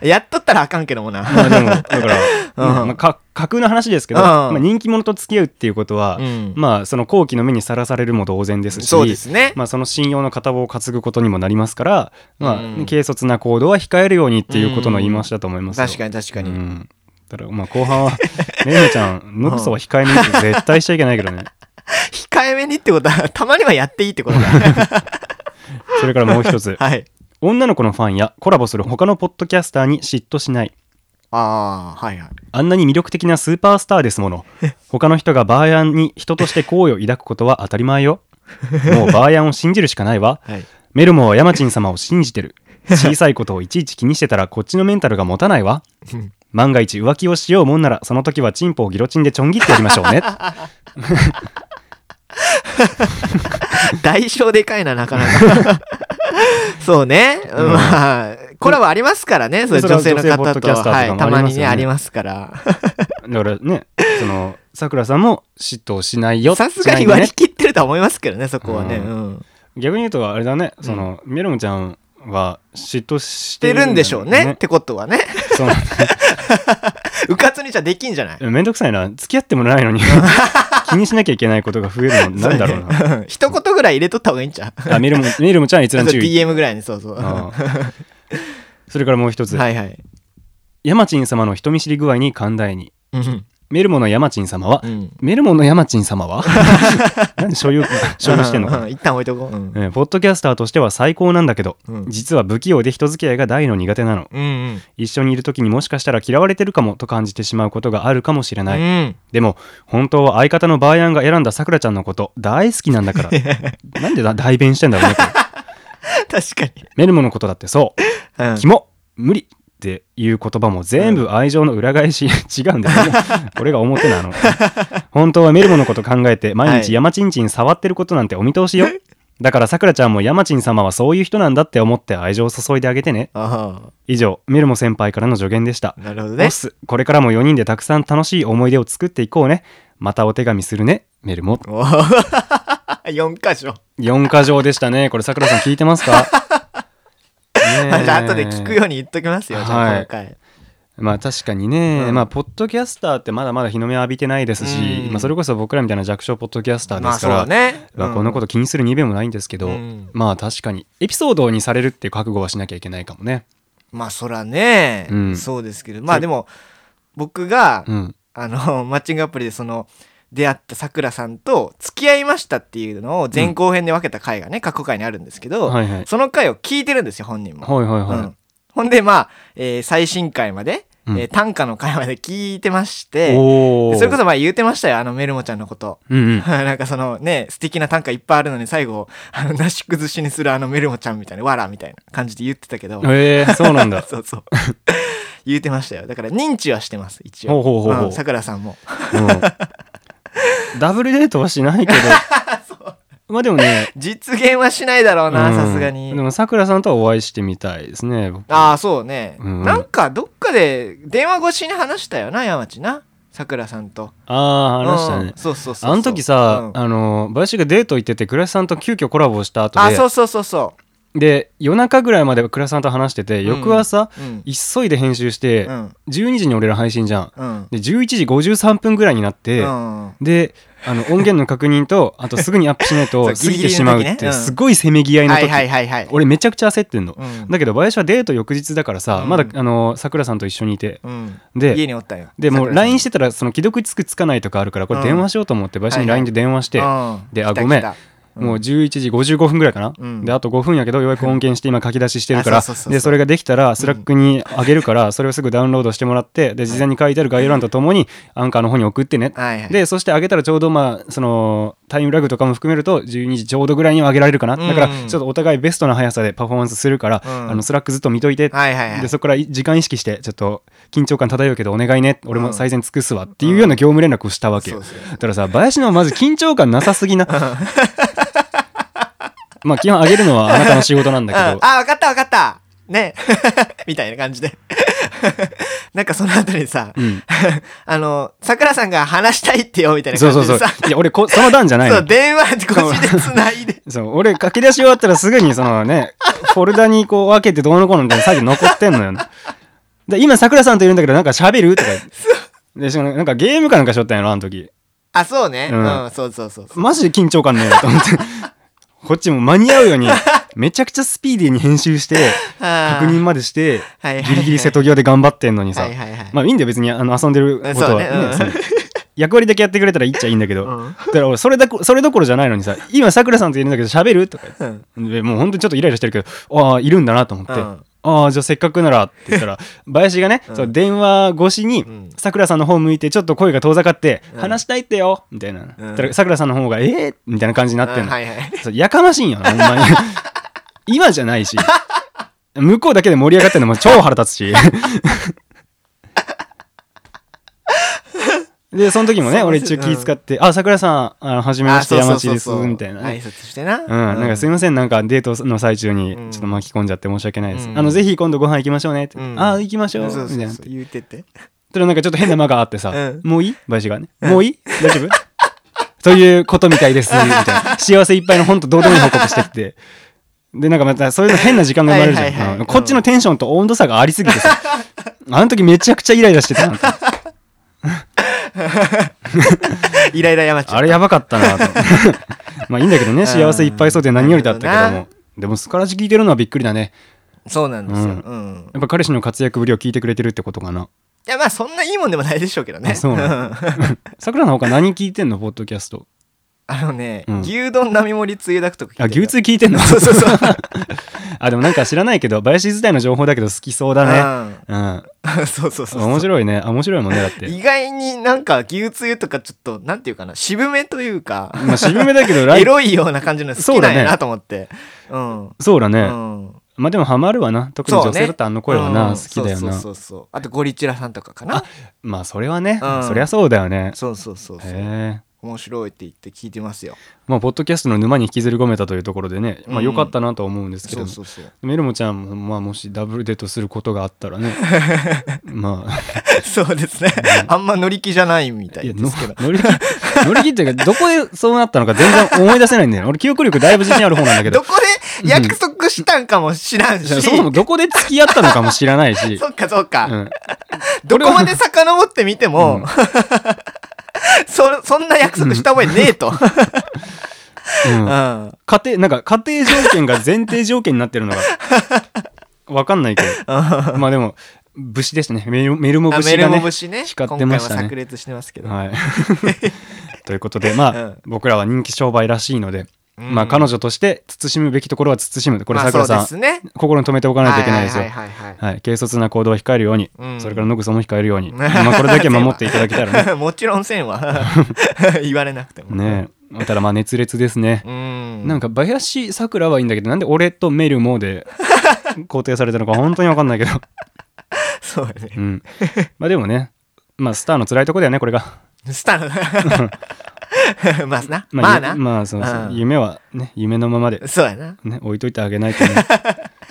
Speaker 2: やっとったらあかんけどもな。
Speaker 1: まあでも、だから、 まあ、か架空の話ですけど、
Speaker 2: うん
Speaker 1: まあ、人気者と付き合うっていうことは、
Speaker 2: うん
Speaker 1: まあその後期の目にさらされるも同然ですし、
Speaker 2: そうですね。
Speaker 1: まあ、その信用の片棒を担ぐことにもなりますから、まあ
Speaker 2: うん
Speaker 1: 軽率な行動は控えるようにっていうことの言い回しだと思いますよ、
Speaker 2: 確かに確かに。
Speaker 1: うんただまあ 後半は、ねねちゃん、ノクソは控えめに絶対しちゃいけないけどね。
Speaker 2: 控えめにってことは、た まにはやっていいってこと だ。
Speaker 1: それからもう一つ、
Speaker 2: はい。
Speaker 1: 女の子のファンやコラボする他のポッドキャスターに嫉妬しない。
Speaker 2: ああ、はいはい。
Speaker 1: あんなに魅力的なスーパースターですもの。他の人がバーヤンに人として好意を抱くことは当たり 前よ。もうバーヤンを信じるしかないわ。
Speaker 2: はい。
Speaker 1: メルモはヤマチン様を信じてる。小さいことをいちいち気にしてたらこっちのメンタルが持たないわ。万が一浮気をしようもんならその時はチンポをギロチンでちょん切ってやりましょうね。
Speaker 2: 代償でかいな、なかなか。 そうね。
Speaker 1: ん
Speaker 2: まあ、コラボありますからね、そういう
Speaker 1: それは
Speaker 2: 女性の
Speaker 1: 女性ポッ
Speaker 2: 方
Speaker 1: ド
Speaker 2: と。
Speaker 1: キャスタ
Speaker 2: は
Speaker 1: ーと
Speaker 2: い。
Speaker 1: か
Speaker 2: た
Speaker 1: もあ
Speaker 2: ま
Speaker 1: りま
Speaker 2: に
Speaker 1: すよね
Speaker 2: ね、ありますから。
Speaker 1: だからね、その、さくらさんも嫉妬をしないよ。
Speaker 2: さすがに
Speaker 1: しな
Speaker 2: 割
Speaker 1: いで
Speaker 2: り切ってるとは思いますけどね、そこはね。
Speaker 1: う
Speaker 2: うん。
Speaker 1: 逆に言うとあれだね、その、メルモちゃんは嫉妬し
Speaker 2: してて
Speaker 1: る
Speaker 2: る
Speaker 1: ん
Speaker 2: ん
Speaker 1: だ
Speaker 2: で
Speaker 1: よ
Speaker 2: しょうね。ってことはね。
Speaker 1: その
Speaker 2: うかつにじゃできんじゃない
Speaker 1: めんどくさいな付き合ってもないの に気にしなきゃいけないことが増えるのなんだろうな
Speaker 2: そね一言ぐらい入れとった方がいいん ちゃう
Speaker 1: あメールもメールもちゃん閲覧注意
Speaker 2: DM ぐらいにそうそう。
Speaker 1: あ
Speaker 2: は
Speaker 1: あそれからもう一つ、
Speaker 2: いはい。
Speaker 1: ヤマチン様の人見知り具合に寛大に
Speaker 2: うん
Speaker 1: メルモのヤマチン様は、
Speaker 2: うん
Speaker 1: メルモのヤマチン様 はなんで所有所有してんのか
Speaker 2: う、ん一旦置いとこう。うん
Speaker 1: えーポッドキャスターとしては最高なんだけど、
Speaker 2: うん
Speaker 1: 実は不器用で人付き合いが大の苦手なの
Speaker 2: うんうん。
Speaker 1: 一緒にいる時にもしかしたら嫌われてるかもと感じてしまうことがあるかもしれない、
Speaker 2: うん
Speaker 1: でも本当は相方のバーヤンが選んださくらちゃんのこと大好きなん だからなんでだ代弁してんだろうねこれ
Speaker 2: 確かに。
Speaker 1: メルモのことだってそう
Speaker 2: うん
Speaker 1: 「キモ無理」っていう言葉も全部愛情の裏返し違うんだ よねこれが表なの本当はメルモのこと考えて毎
Speaker 2: はい
Speaker 1: 日山ちんちん触ってることなんてお見通しよだからさくらちゃんも山ちん様はそういう人なんだって思って愛情を注いであげてね
Speaker 2: あ
Speaker 1: 以上メルモ先輩からの助言でした
Speaker 2: あ、なるほど
Speaker 1: ボ
Speaker 2: ね。
Speaker 1: ス、これからも4人でたくさん楽しい思い出を作っていこうね。またお手紙するね、メルモ。
Speaker 2: おー 四箇所。
Speaker 1: 4箇条でしたね。これ、桜さん聞いてますかね え
Speaker 2: また後で聞くように言っときますよ、じゃ
Speaker 1: は
Speaker 2: あ
Speaker 1: い
Speaker 2: 今回。
Speaker 1: まあ確かにね、
Speaker 2: うん
Speaker 1: まあポッドキャスターってまだまだ日の目浴びてないですし、
Speaker 2: うん
Speaker 1: まあそれこそ僕らみたいな弱小ポッドキャスターで
Speaker 2: まあ
Speaker 1: すか
Speaker 2: そうだ
Speaker 1: ら、
Speaker 2: ね。
Speaker 1: まあこんなことと気にするにべもないんですけど、
Speaker 2: うん
Speaker 1: まあ確かにエピソードにされるっていう覚悟はしなきゃいけないかもね。
Speaker 2: まあそらね
Speaker 1: うん、
Speaker 2: そうですけど。まあでも、僕が
Speaker 1: う、ん。
Speaker 2: あの、 マッチングアプリでその、出会ったさくらさんと付き合いましたっていうのを前後編で分けた回がね、過去回にあるんですけど、
Speaker 1: はいはい。
Speaker 2: その回を聞いてるんですよ、本人も。
Speaker 1: はいはいはい。
Speaker 2: うん、ほんで、まあ、えー最新回まで、
Speaker 1: うん
Speaker 2: えー短歌の回まで聞いてまして、
Speaker 1: お
Speaker 2: で
Speaker 1: ー
Speaker 2: それこそまあ言うてましたよ、あのメルモちゃんのこと。
Speaker 1: うんうん
Speaker 2: なんかそのね、素敵な短歌いっぱいあるのに最後、あの、なし崩しにするあのメルモちゃんみたいな、わらみたいな感じで言ってたけど、
Speaker 1: へえそうなんだ。
Speaker 2: そうそう。言うてましたよ。だから認知はしてます、一
Speaker 1: ほ
Speaker 2: 応。
Speaker 1: うほうほうほう
Speaker 2: さくらさんも。
Speaker 1: うんダブルデートはしないけどまあでもね
Speaker 2: 実現はしないだろうな、
Speaker 1: うん
Speaker 2: さすがに
Speaker 1: で。もさくらさんとはお会いしてみたいですね僕
Speaker 2: ああ、そうね。
Speaker 1: うん
Speaker 2: なんか、どっかで電話越しに話したよな、山地な。さくらさんと。
Speaker 1: あー話したね
Speaker 2: うんそうそうそうそう。
Speaker 1: あの時さ、
Speaker 2: うん
Speaker 1: あの林がデート行ってて倉石さんと急遽コラボした後
Speaker 2: あ、
Speaker 1: で
Speaker 2: そうそうそうそ
Speaker 1: で夜中ぐらいまで倉石さんと話してて
Speaker 2: ん
Speaker 1: 翌朝、
Speaker 2: う。うん。
Speaker 1: 急いで編集して、
Speaker 2: うん。
Speaker 1: 12時に俺ら配信じゃん
Speaker 2: うん。
Speaker 1: で11時53分ぐらいになって、
Speaker 2: うん
Speaker 1: であの音源の確認 とあとすぐにアップしないと過
Speaker 2: そう
Speaker 1: ぎてしまうっ
Speaker 2: ギリギリの時
Speaker 1: て
Speaker 2: ねうん
Speaker 1: すごいせめぎ合いの
Speaker 2: は
Speaker 1: 時
Speaker 2: いはいはいはい。
Speaker 1: 俺めちゃくちゃ焦ってんの
Speaker 2: うん
Speaker 1: だけど林はデート翌日だからさ、
Speaker 2: うん
Speaker 1: まだあのさくらさんと一緒にいて
Speaker 2: うん。家
Speaker 1: で
Speaker 2: におったんよ。
Speaker 1: でもう LINE しててたらその既読つくつかないとかあるからこれ
Speaker 2: うん
Speaker 1: 電話しようと思って林に
Speaker 2: はいはい
Speaker 1: LINE で電話して「
Speaker 2: うん
Speaker 1: であ
Speaker 2: 来た
Speaker 1: ごめん
Speaker 2: 来た
Speaker 1: もう11時55分ぐらいかな、
Speaker 2: うん
Speaker 1: であと5分やけどようやく音源して今書き出ししてるか
Speaker 2: あ
Speaker 1: ら
Speaker 2: そうそうそうそう
Speaker 1: でそれができたらスラックにあげるからそれをすぐダウンロードしてもらってで事前に書いてある概要欄とともにアンカーの方に送ってね、
Speaker 2: はいはい
Speaker 1: でそして上げたらちょうどまあそのタイムラグとかも含めると12時ちょうどぐらいには上げられるかな、
Speaker 2: うん
Speaker 1: だからちょっとお互いベストな速さでパフォーマンスするから、
Speaker 2: うん
Speaker 1: あのスラックずっと見といて、
Speaker 2: はいはいはい
Speaker 1: でそこからい時間意識してちょっと緊張感漂うけどお願いね俺も最善尽くすわっていうような業務連絡をしたわけよ、
Speaker 2: うんそうそう
Speaker 1: だからさ林のまず緊張感なさすぎな まあ基本上げるのはあなたの仕事なんだけ
Speaker 2: うん
Speaker 1: ど
Speaker 2: あ、わかったわかったね みたいな感じで。 なんかその後にさ、
Speaker 1: ん
Speaker 2: あの、桜さんが話したいってよみたいな
Speaker 1: そ
Speaker 2: 感
Speaker 1: う
Speaker 2: じ
Speaker 1: そう
Speaker 2: で
Speaker 1: そう
Speaker 2: さ、
Speaker 1: いや俺こその段じゃない
Speaker 2: そ
Speaker 1: の
Speaker 2: う、電話こっちで繋いで。
Speaker 1: そう俺書き出し終わったらすぐにそ のねフォルダにこう分けてどうのこうのみたいな作業残ってんのよ、で今さくらさんといるんだけどなんか喋るとか言ってでしかもなんかゲームかなんかしよったんやろあの時
Speaker 2: あ、そうね。
Speaker 1: う
Speaker 2: うんん、そうそうそうそう。
Speaker 1: マジで緊張感ねえなと 思ってこっちも間に合うようにめちゃくちゃスピーディーに編集して
Speaker 2: 確
Speaker 1: 確認までして
Speaker 2: はいはいはい
Speaker 1: ギリギリ瀬戸際で頑張ってんのにさ
Speaker 2: はいはいはい
Speaker 1: まあいいんだよ別にあの遊んでることは、
Speaker 2: うんそうねうん
Speaker 1: その役割だけやってくれたらいいっちゃいいんだけど、
Speaker 2: うん
Speaker 1: だから俺それだこそれどころじゃないのにさ今さくらさんといるんだけど喋るとか言って
Speaker 2: うん。
Speaker 1: でもう本当にちょっとイライラしてるけどああいるんだなと思って、
Speaker 2: うん
Speaker 1: ああじゃあせっかくならって言った ら林がね、
Speaker 2: うん
Speaker 1: そう電話越しに
Speaker 2: うん
Speaker 1: さくらさんの方向いてちょっと声が遠ざかって「
Speaker 2: うん
Speaker 1: 話したいってよ」みたいな、
Speaker 2: うん
Speaker 1: だからさくらさんの方が「ええみたいな感じになって
Speaker 2: う
Speaker 1: んの、
Speaker 2: んはいはい。
Speaker 1: そうやかましいんよなほんまに 今じゃないし向こうだけで盛り上がってんのも超腹立つし でその時もね
Speaker 2: そう
Speaker 1: 俺
Speaker 2: です
Speaker 1: 一
Speaker 2: よ
Speaker 1: 応気遣って「あさくらさんあのはじめまして
Speaker 2: あそ
Speaker 1: 山
Speaker 2: う
Speaker 1: 地
Speaker 2: そう
Speaker 1: で
Speaker 2: そう
Speaker 1: す」
Speaker 2: そう
Speaker 1: みたいなね、
Speaker 2: 挨拶してな。
Speaker 1: うん、なんかすい
Speaker 2: ま
Speaker 1: ません、なんかデートの最中に
Speaker 2: うん
Speaker 1: ちょっと巻き込んじゃって申し訳ないです。
Speaker 2: うん
Speaker 1: あの、ぜひ今度ご飯行きましょうねって。
Speaker 2: うん
Speaker 1: ああ、行きましょう。み
Speaker 2: そう
Speaker 1: た
Speaker 2: そ
Speaker 1: いうな。
Speaker 2: そう。言ってて。
Speaker 1: それなんかちょっと変な間があってさ、
Speaker 2: うん
Speaker 1: もういい林がね。もういい大丈夫 ということみたいです。みたいな。幸せいっぱいの本当堂々に報告してきて。で、なんかまたそういうの変な時間が生まれるじゃん。
Speaker 2: はいはいはい
Speaker 1: うんこっちのテンションと温度差がありす ぎてさ。あの時めちゃくちゃイライラしてた。
Speaker 2: イライラ山ちゃん。
Speaker 1: あれやばかっ たなと。まあいいんだけどね、幸せいっぱいそうで何よりだったけども。でも、スカラジ聞いてるのはびっくりだね。
Speaker 2: そうなんですよ。
Speaker 1: う
Speaker 2: うんん。
Speaker 1: やっぱ彼氏の活躍ぶりを聞いてくれてるってことかな。
Speaker 2: いや、まあそんないいもんでもないでしょうけどね。
Speaker 1: あそうなさくらのほか何聞いてんのポッドキャスト。
Speaker 2: あのね
Speaker 1: うん、
Speaker 2: 牛丼並盛りつゆだくとか
Speaker 1: あ、
Speaker 2: 聞いてる
Speaker 1: 牛通聞いてんの
Speaker 2: そうそうそう
Speaker 1: あ、でもなんか知らないけど、林自体の情報だけど好きそうだね。うん。
Speaker 2: そうそうそうそう。
Speaker 1: 面白いね。あ、面白いもんね、だって。
Speaker 2: 意外になんか牛つゆとかちょっとなんていうかな渋めというか、
Speaker 1: まあ、渋めだけど、ライ
Speaker 2: エ
Speaker 1: ブ。
Speaker 2: ロいような感じの好きなんやなと思ってう,、
Speaker 1: そうだね。
Speaker 2: ん、うん、
Speaker 1: まあでもハマるわな。特に
Speaker 2: そう
Speaker 1: 女
Speaker 2: ね
Speaker 1: 性だったらあの声は
Speaker 2: う
Speaker 1: な、
Speaker 2: ん
Speaker 1: 好きだよ
Speaker 2: そう
Speaker 1: な
Speaker 2: そう。そうそうあとゴリチラさんとかかな
Speaker 1: まあそれはね、
Speaker 2: うん
Speaker 1: そりゃそうだよね。
Speaker 2: そうそうそうそう
Speaker 1: へえ。
Speaker 2: 面白いって言って聞いてますよ
Speaker 1: まあ、ポッドキャストの沼に引きずり込めたというところでね、まあ
Speaker 2: うん
Speaker 1: 良かったなとは思うんですけ
Speaker 2: そ
Speaker 1: ども
Speaker 2: うそうそう
Speaker 1: メルモちゃんも、まあ、もしダブルデートすることがあったら ねまあ
Speaker 2: そうですねあんま乗り気じゃないみた
Speaker 1: いや
Speaker 2: い
Speaker 1: の
Speaker 2: ですけど
Speaker 1: 乗り切乗り切っていうかどこでそうなったのか全然思い出せないんだよね俺記憶力だいぶ自信ある方なんだけど
Speaker 2: どこで約束したんかも知らんし、
Speaker 1: そもそもどこで付き合ったのかも知らないし、
Speaker 2: そっかそっか、
Speaker 1: うん、
Speaker 2: どこまで遡ってみても、
Speaker 1: うん
Speaker 2: そそんな約束した覚えねえと、
Speaker 1: うん
Speaker 2: うん
Speaker 1: 家庭なんか家庭条件が前提条件になって るのがわかんないけどまあでも武士でしたねメルメルモ
Speaker 2: あ
Speaker 1: 武
Speaker 2: メ
Speaker 1: 士
Speaker 2: ル
Speaker 1: が
Speaker 2: モ
Speaker 1: ね
Speaker 2: 節ね
Speaker 1: 光ってまし
Speaker 2: 今
Speaker 1: た
Speaker 2: 回は炸
Speaker 1: ね
Speaker 2: 裂してますけど、
Speaker 1: はい ということでまあ、
Speaker 2: うん
Speaker 1: 僕らは人気商売らしいので、
Speaker 2: うん
Speaker 1: まあ彼女として慎むべきところは慎むこれ
Speaker 2: まあ
Speaker 1: さくらさん、
Speaker 2: そうですね
Speaker 1: 心に留めておかないといけないですよ、
Speaker 2: はいはいはいはい
Speaker 1: はい、軽率な行動を控えるように、
Speaker 2: うん
Speaker 1: それからノグソも控えるよう に、
Speaker 2: ん
Speaker 1: まあ、これだけ守っていただけたらね。
Speaker 2: はいもちろんせん わ言われなくても
Speaker 1: ねえただまあ熱烈ですね。
Speaker 2: うん
Speaker 1: なんか林さくらはいいんだけどなんで俺とメルモ で肯定されたのか本当に分かんないけど、
Speaker 2: そうだね
Speaker 1: うん、まあでもねまあスターの辛いとこだよねこれが
Speaker 2: スター のまあなまあな、
Speaker 1: ゆまあそうそう
Speaker 2: うん
Speaker 1: 夢はね夢のままで、
Speaker 2: そうやな
Speaker 1: ね、置いといてあげない と、ね、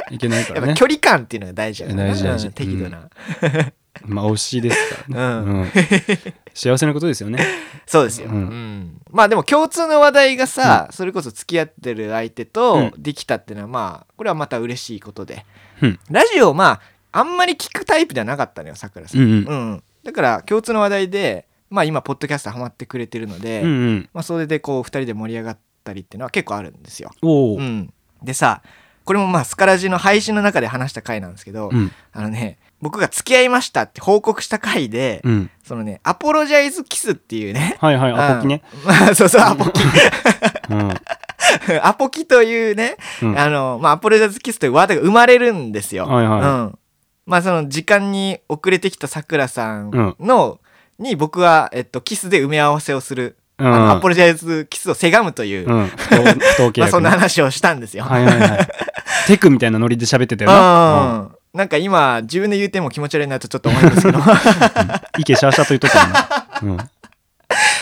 Speaker 1: いけない
Speaker 2: や
Speaker 1: から
Speaker 2: っ
Speaker 1: ね
Speaker 2: ぱ距離感っていうのが大事やからな
Speaker 1: 大事大事
Speaker 2: うん適度な、
Speaker 1: まあ推しですから
Speaker 2: う
Speaker 1: ね、
Speaker 2: ん
Speaker 1: うん幸せなことですよね
Speaker 2: そうですよ、
Speaker 1: う
Speaker 2: うんんまあでも共通の話題がさ、それこそ付き合ってる相手
Speaker 1: うん
Speaker 2: とできたっていうのはまあこれはまた嬉しいことで、
Speaker 1: うん
Speaker 2: ラジオまああんまり聞くタイプじゃなかったのよさくらさ
Speaker 1: うん
Speaker 2: ん、
Speaker 1: うん
Speaker 2: うんだから共通の話題でまあ今ポッドキャストハマってくれてるので、
Speaker 1: うんうん
Speaker 2: まあ、それでこう2人で盛り上がったりっていうのは結構あるんですよ、
Speaker 1: おお、
Speaker 2: うん、でさこれもまあスカラジの配信の中で話した回なんですけど、
Speaker 1: うん
Speaker 2: あのね僕が付き合いましたって報告した回で、
Speaker 1: うん、
Speaker 2: そのねアポロジャイズキスっていうね
Speaker 1: はいはいアポキね、
Speaker 2: うんまあそうそう、アポキ。
Speaker 1: うん
Speaker 2: アポキというね、
Speaker 1: うん
Speaker 2: あの、まあ、アポロジャズキスというワードが生まれるんですよ。
Speaker 1: はいはい
Speaker 2: うん。まあ、その時間に遅れてきたさくらさ
Speaker 1: うん
Speaker 2: んの、に僕は、えっと、キスで埋め合わせをする。
Speaker 1: うん
Speaker 2: あのアポロジャズキスをせがむという、
Speaker 1: うん。不当不当契約ね。
Speaker 2: まあ、そんな話をしたんですよ。
Speaker 1: はいはいはい。テクみたいなノリで喋ってたよな。
Speaker 2: うん。なんか今、自分で言うても気持ち悪いなとちょっと思いますけど。
Speaker 1: うん。意見シャーシャーと言っとったもんな。うん。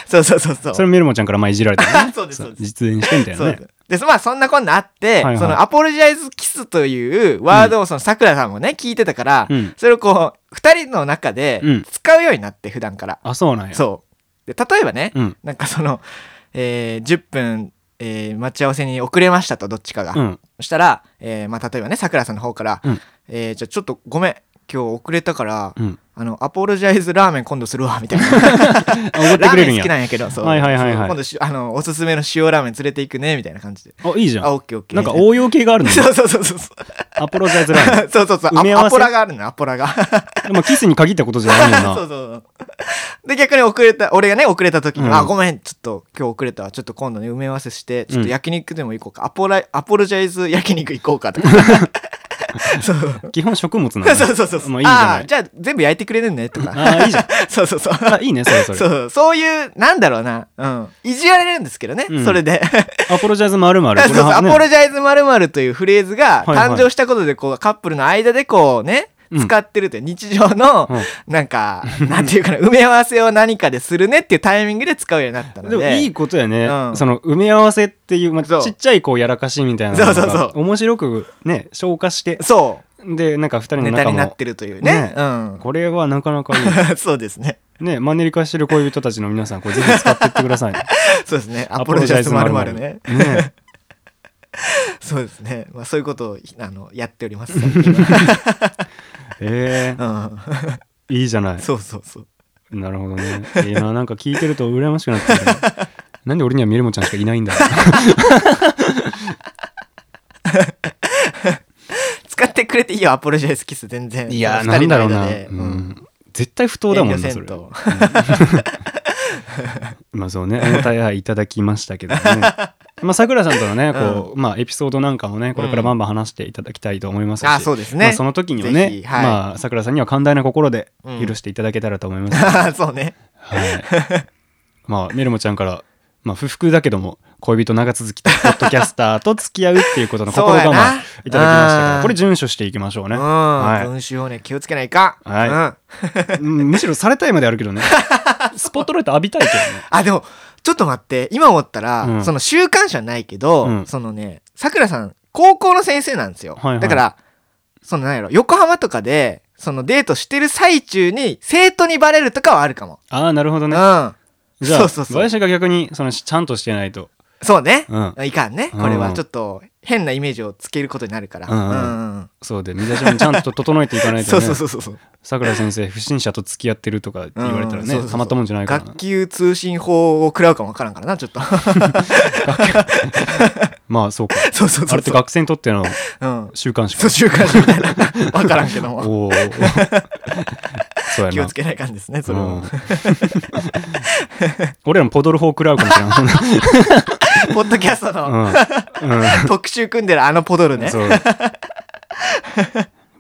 Speaker 2: そうそうそうそう。
Speaker 1: それメルモちゃんから前いじられたよ ね。
Speaker 2: そうですそうです
Speaker 1: 実演してみたい
Speaker 2: そ
Speaker 1: な
Speaker 2: う
Speaker 1: ね
Speaker 2: で。す。で、まあそんなこんなあって、
Speaker 1: はいはい
Speaker 2: そのアポロジャイズキスというワードをそのさくらさんもね、聞いてたから、
Speaker 1: うん
Speaker 2: それをこう、二人の中で
Speaker 1: うん
Speaker 2: 使うようになって、普段から。
Speaker 1: あ、そうなんや。
Speaker 2: そう。で、例えばね、
Speaker 1: うん。
Speaker 2: なんかその、えー10分、えー待ち合わせに遅れましたと、どっちかが。
Speaker 1: うん。
Speaker 2: そしたら、えーまあ例えばね、さくらさんの方から、
Speaker 1: うん
Speaker 2: えーじゃあちょっとごめん、今日遅れたから、
Speaker 1: うん。
Speaker 2: あの、アポロジャイズラーメン今度するわ、みたいな。
Speaker 1: あ、おごって
Speaker 2: ラ
Speaker 1: く
Speaker 2: ー
Speaker 1: れ
Speaker 2: メ
Speaker 1: るん
Speaker 2: ン好きな
Speaker 1: や。
Speaker 2: んやけど、そう。
Speaker 1: はいはいはいはい
Speaker 2: そう今度し、あの、おすすめの塩ラーメン連れて行くね、みたいな感じで。
Speaker 1: あ、いいじゃ
Speaker 2: あ、
Speaker 1: ん。
Speaker 2: オッケーオッケー。
Speaker 1: なんか応用系があるのよ
Speaker 2: そうそうそうそう。
Speaker 1: アポロジャイズラーメン。
Speaker 2: そうそうそう。
Speaker 1: 埋め合
Speaker 2: ア
Speaker 1: わせ
Speaker 2: アポラがあるのよアポラが。
Speaker 1: でもキスに限ったことじゃないよ
Speaker 2: そ
Speaker 1: な。
Speaker 2: うそうそう。で、逆に遅れた、俺がね、遅れた時に、
Speaker 1: うん
Speaker 2: あ、ごめん、ちょっと今日遅れたわ。ちょっと今度ね、埋め合わせして、ちょっと焼肉でも行こうか。アポラ、アポロジャイズ焼肉行こうか とか。そう。
Speaker 1: 基本食物なん
Speaker 2: そ
Speaker 1: だ。
Speaker 2: うそうそうそう。
Speaker 1: もういいじゃ
Speaker 2: あ
Speaker 1: な
Speaker 2: ー
Speaker 1: い
Speaker 2: じゃあ全部焼いてくれるね、と か。
Speaker 1: あーいいじゃん。
Speaker 2: そうそうそう。
Speaker 1: あ、いいね、それそ
Speaker 2: そ
Speaker 1: れ。
Speaker 2: う、そういう、なんだろうな。うん。いじられるんですけどね、
Speaker 1: うん
Speaker 2: それで。
Speaker 1: アポロジャイズまるまる。
Speaker 2: そうそうアポロ
Speaker 1: ジ
Speaker 2: ジャイズまるというフレーズが
Speaker 1: はいはい
Speaker 2: 誕生したことでこうカップルの間でこうね
Speaker 1: うん
Speaker 2: 使ってるという日常の
Speaker 1: うん
Speaker 2: なんかなんていうかな埋 め合わせを何かでするねっていうタイミングで使うようになったの
Speaker 1: で
Speaker 2: で
Speaker 1: もいいことやね、
Speaker 2: うん
Speaker 1: その埋め合わせっていう、まあ、
Speaker 2: そう
Speaker 1: ちっちゃいこうやらかしみたいなのが
Speaker 2: そうそうそう
Speaker 1: 面白くね消化して
Speaker 2: そ
Speaker 1: でなんか2人
Speaker 2: う
Speaker 1: の
Speaker 2: ネタ
Speaker 1: 仲
Speaker 2: になっ
Speaker 1: も
Speaker 2: てるというね
Speaker 1: ね
Speaker 2: うん
Speaker 1: これはなかなかい い
Speaker 2: そうですね
Speaker 1: ねマンネリ化してる恋人たちの皆さんこれぜひ使ってってください
Speaker 2: そうです ねアポロジャイズまるね
Speaker 1: アポロジャイズ ○○ね
Speaker 2: そうですねまあそういうことをあのやっております最近は
Speaker 1: え
Speaker 2: うん
Speaker 1: ー、いいじゃない
Speaker 2: そうそうそう
Speaker 1: なるほどねいやなんか聞いてると羨ましくなってくるなんで俺にはメルモちゃんしかいないんだろ
Speaker 2: 使ってくれていいよアポロジャイズキス全然
Speaker 1: ういやー
Speaker 2: その
Speaker 1: な
Speaker 2: 二
Speaker 1: ん
Speaker 2: 人の
Speaker 1: だろう
Speaker 2: 間
Speaker 1: な、
Speaker 2: で
Speaker 1: うん
Speaker 2: うん
Speaker 1: 絶対不当だもんね
Speaker 2: 遠慮
Speaker 1: そ
Speaker 2: せん
Speaker 1: れ
Speaker 2: と
Speaker 1: まあそうね、お便りいただきましたけ どね。まあ、さくらさんとのね、こう、まあ、エピソードなんかもね、これからバンバン話していただきたいと思いますし、
Speaker 2: あそうですね
Speaker 1: まあ、その時には
Speaker 2: ぜひ
Speaker 1: ね、
Speaker 2: はい
Speaker 1: まあ、さくらさんには寛大な心で
Speaker 2: うん
Speaker 1: 許していただけたらと思います。
Speaker 2: そうね
Speaker 1: はい。まあ、メルモちゃんから、まあ、不服だけども、恋人長続きと、ポッドキャスターと付き合うっていうことの心
Speaker 2: そうや
Speaker 1: 構
Speaker 2: な
Speaker 1: えいただきましたか
Speaker 2: う
Speaker 1: ら、
Speaker 2: ん
Speaker 1: これ順守していきましょうね。
Speaker 2: うん、
Speaker 1: は
Speaker 2: 文集をね気をつけないかん、
Speaker 1: はいい。うんむしろされたいまであるけどね。スポットライト浴びたいけどね。
Speaker 2: あでもちょっと待って今思ったら、
Speaker 1: うん
Speaker 2: その週刊誌はないけど、
Speaker 1: うん
Speaker 2: そのねさくらさん高校の先生なんですよ、
Speaker 1: はいはい
Speaker 2: だからそのなんやろ横浜とかでそのデートしてる最中に生徒にバレるとかはあるかも、
Speaker 1: ああ、なるほど
Speaker 2: う
Speaker 1: ね。
Speaker 2: ん
Speaker 1: じゃあ、
Speaker 2: そうそうそう
Speaker 1: 林が逆に、その、ちゃんとしてないと。
Speaker 2: そうね、
Speaker 1: う
Speaker 2: いかんねこれ
Speaker 1: う
Speaker 2: は
Speaker 1: ん
Speaker 2: ちょっと変なイメージをつけることになるから、
Speaker 1: うんうん
Speaker 2: うんうん
Speaker 1: そうで、身だしもちゃんと整えていかないと
Speaker 2: そ
Speaker 1: ね。
Speaker 2: うそうそうそうそう
Speaker 1: さくら先生、不審者と付き合ってるとかって言われたら
Speaker 2: うんそうそう
Speaker 1: ね、
Speaker 2: そう
Speaker 1: たまったもんじゃないからな
Speaker 2: 学。級通信法を食らうかもわからんからな ちょっと
Speaker 1: まあ、そうか。
Speaker 2: そうそうそうそう
Speaker 1: あれって学生にとっての
Speaker 2: うん
Speaker 1: 週刊誌か
Speaker 2: そう、週刊誌みたいな。 わからんけども。
Speaker 1: お おー。そう
Speaker 2: 気
Speaker 1: や
Speaker 2: を
Speaker 1: な
Speaker 2: つ。けないかんですね、それ
Speaker 1: うん
Speaker 2: は。
Speaker 1: 俺らもポドル法食らうかもしれない。
Speaker 2: ポッドキャストの
Speaker 1: うん。うん
Speaker 2: 特集組んでるあのポドルね。
Speaker 1: そう。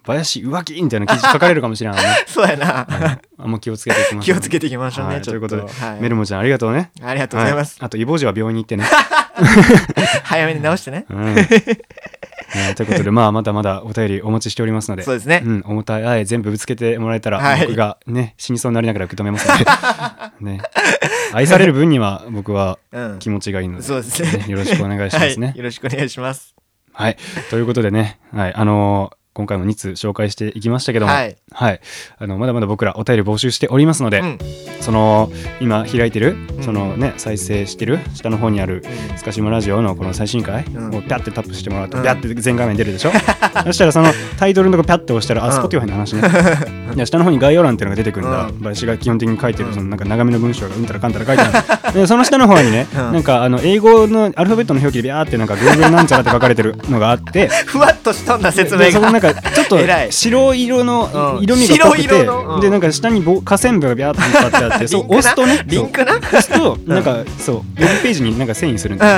Speaker 1: 林浮気みたいな記事書かれるかもしれないね。
Speaker 2: そうやな。
Speaker 1: あんま気をつけていきまし
Speaker 2: 気
Speaker 1: ょう
Speaker 2: を
Speaker 1: ね。
Speaker 2: つけていきましょう
Speaker 1: は
Speaker 2: ね、
Speaker 1: い
Speaker 2: ち
Speaker 1: と
Speaker 2: ょ
Speaker 1: い
Speaker 2: っ
Speaker 1: う
Speaker 2: と。
Speaker 1: ことで
Speaker 2: は、い
Speaker 1: メルモちゃんありがとうね。
Speaker 2: ありがとうございます。
Speaker 1: はいあと、イボジは病院に行ってね。
Speaker 2: 早めに直してね。
Speaker 1: うん ねということで、まあ、まだまだお便りお待ちしておりますので、
Speaker 2: そうですね
Speaker 1: うん、お答え全部ぶつけてもらえたら、
Speaker 2: はい
Speaker 1: 僕がね、死にそうになりながら受け止めますので、 ね、愛される分には僕は
Speaker 2: うん
Speaker 1: 気持ちがいいので、
Speaker 2: そうですね
Speaker 1: よろしくお願いしますね
Speaker 2: はい。よろしくお願いします。
Speaker 1: はい、ということでね、はい、あのー今回も2通紹介していきましたけども、
Speaker 2: はい
Speaker 1: あのまだまだ僕らお便り募集しておりますので、
Speaker 2: うん。
Speaker 1: その今開いてる、
Speaker 2: ん
Speaker 1: そのね再生してる下の方にある
Speaker 2: うん
Speaker 1: スカシマラジオのこの最新回
Speaker 2: うん
Speaker 1: をピャってタップしてもらうと
Speaker 2: うん
Speaker 1: ピャって全画面出る でしょそしたらそのタイトルのとこピャって押したらあ
Speaker 2: うん
Speaker 1: スポティファイの話ねいや下の方に概要欄っていうのが出てくるんだ
Speaker 2: うん
Speaker 1: 私が基本的に書いてる
Speaker 2: うん
Speaker 1: そのなんか長めの文章がうんたらかんたら書いてあ るでその下の方にね
Speaker 2: うん
Speaker 1: なんかあの英語のアルファベットの表記でビャーってなんか Google なんちゃらって書かれてるのがあって
Speaker 2: ふわっとしとんだ説明
Speaker 1: でそこの
Speaker 2: が。
Speaker 1: かちょっと
Speaker 2: 偉い
Speaker 1: 白色の
Speaker 2: うん
Speaker 1: 色味が濃くて
Speaker 2: 白色のうん
Speaker 1: でなんか下にぼ下線部がビャーって引っ張ってあってそう押すとね
Speaker 2: リンクなリンク
Speaker 1: そう押すとなんかそうウェブページになんか遷移するんです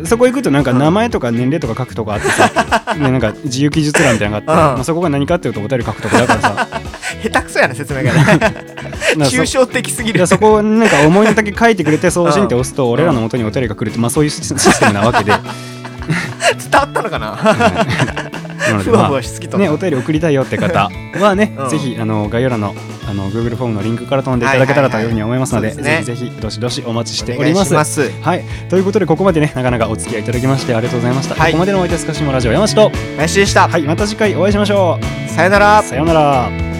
Speaker 1: よそこ行くとなんか名前とか年齢とか書くとかあって さでなんか自由記述欄みたいなのがあって
Speaker 2: うん
Speaker 1: まあそこが何かっていうとお便り書くとこだから さなんか
Speaker 2: 下手くそやな説明が ね
Speaker 1: そ
Speaker 2: 抽象的すぎ
Speaker 1: い
Speaker 2: る
Speaker 1: やそこをなんか思いのだけ書いてくれて送信って
Speaker 2: うん
Speaker 1: 押すと俺らの元にお便りが来るってまあそういうシステムな わけで
Speaker 2: 伝わったのか な
Speaker 1: なので
Speaker 2: ふ
Speaker 1: ま
Speaker 2: わ
Speaker 1: あ
Speaker 2: ふわしすぎと
Speaker 1: ね、お便り送りたいよっ て方はね、
Speaker 2: うん
Speaker 1: ぜひあの概要欄のあの Google フォームのリンクから飛んでいただけたらと
Speaker 2: はいいうはいはい
Speaker 1: ふうに思いますので,、
Speaker 2: そうですね
Speaker 1: ぜひぜひどしどしお待ちして
Speaker 2: お
Speaker 1: お
Speaker 2: 願
Speaker 1: り
Speaker 2: い
Speaker 1: ます。
Speaker 2: します
Speaker 1: はい、ということでここまでねなかなかお付き合いいただきましてありがとうございました、
Speaker 2: はい
Speaker 1: ここまでのお相手はスカシモラジオ山下と
Speaker 2: 林でした
Speaker 1: はいまた次回お会いしましょ
Speaker 2: さよなら
Speaker 1: うさようなら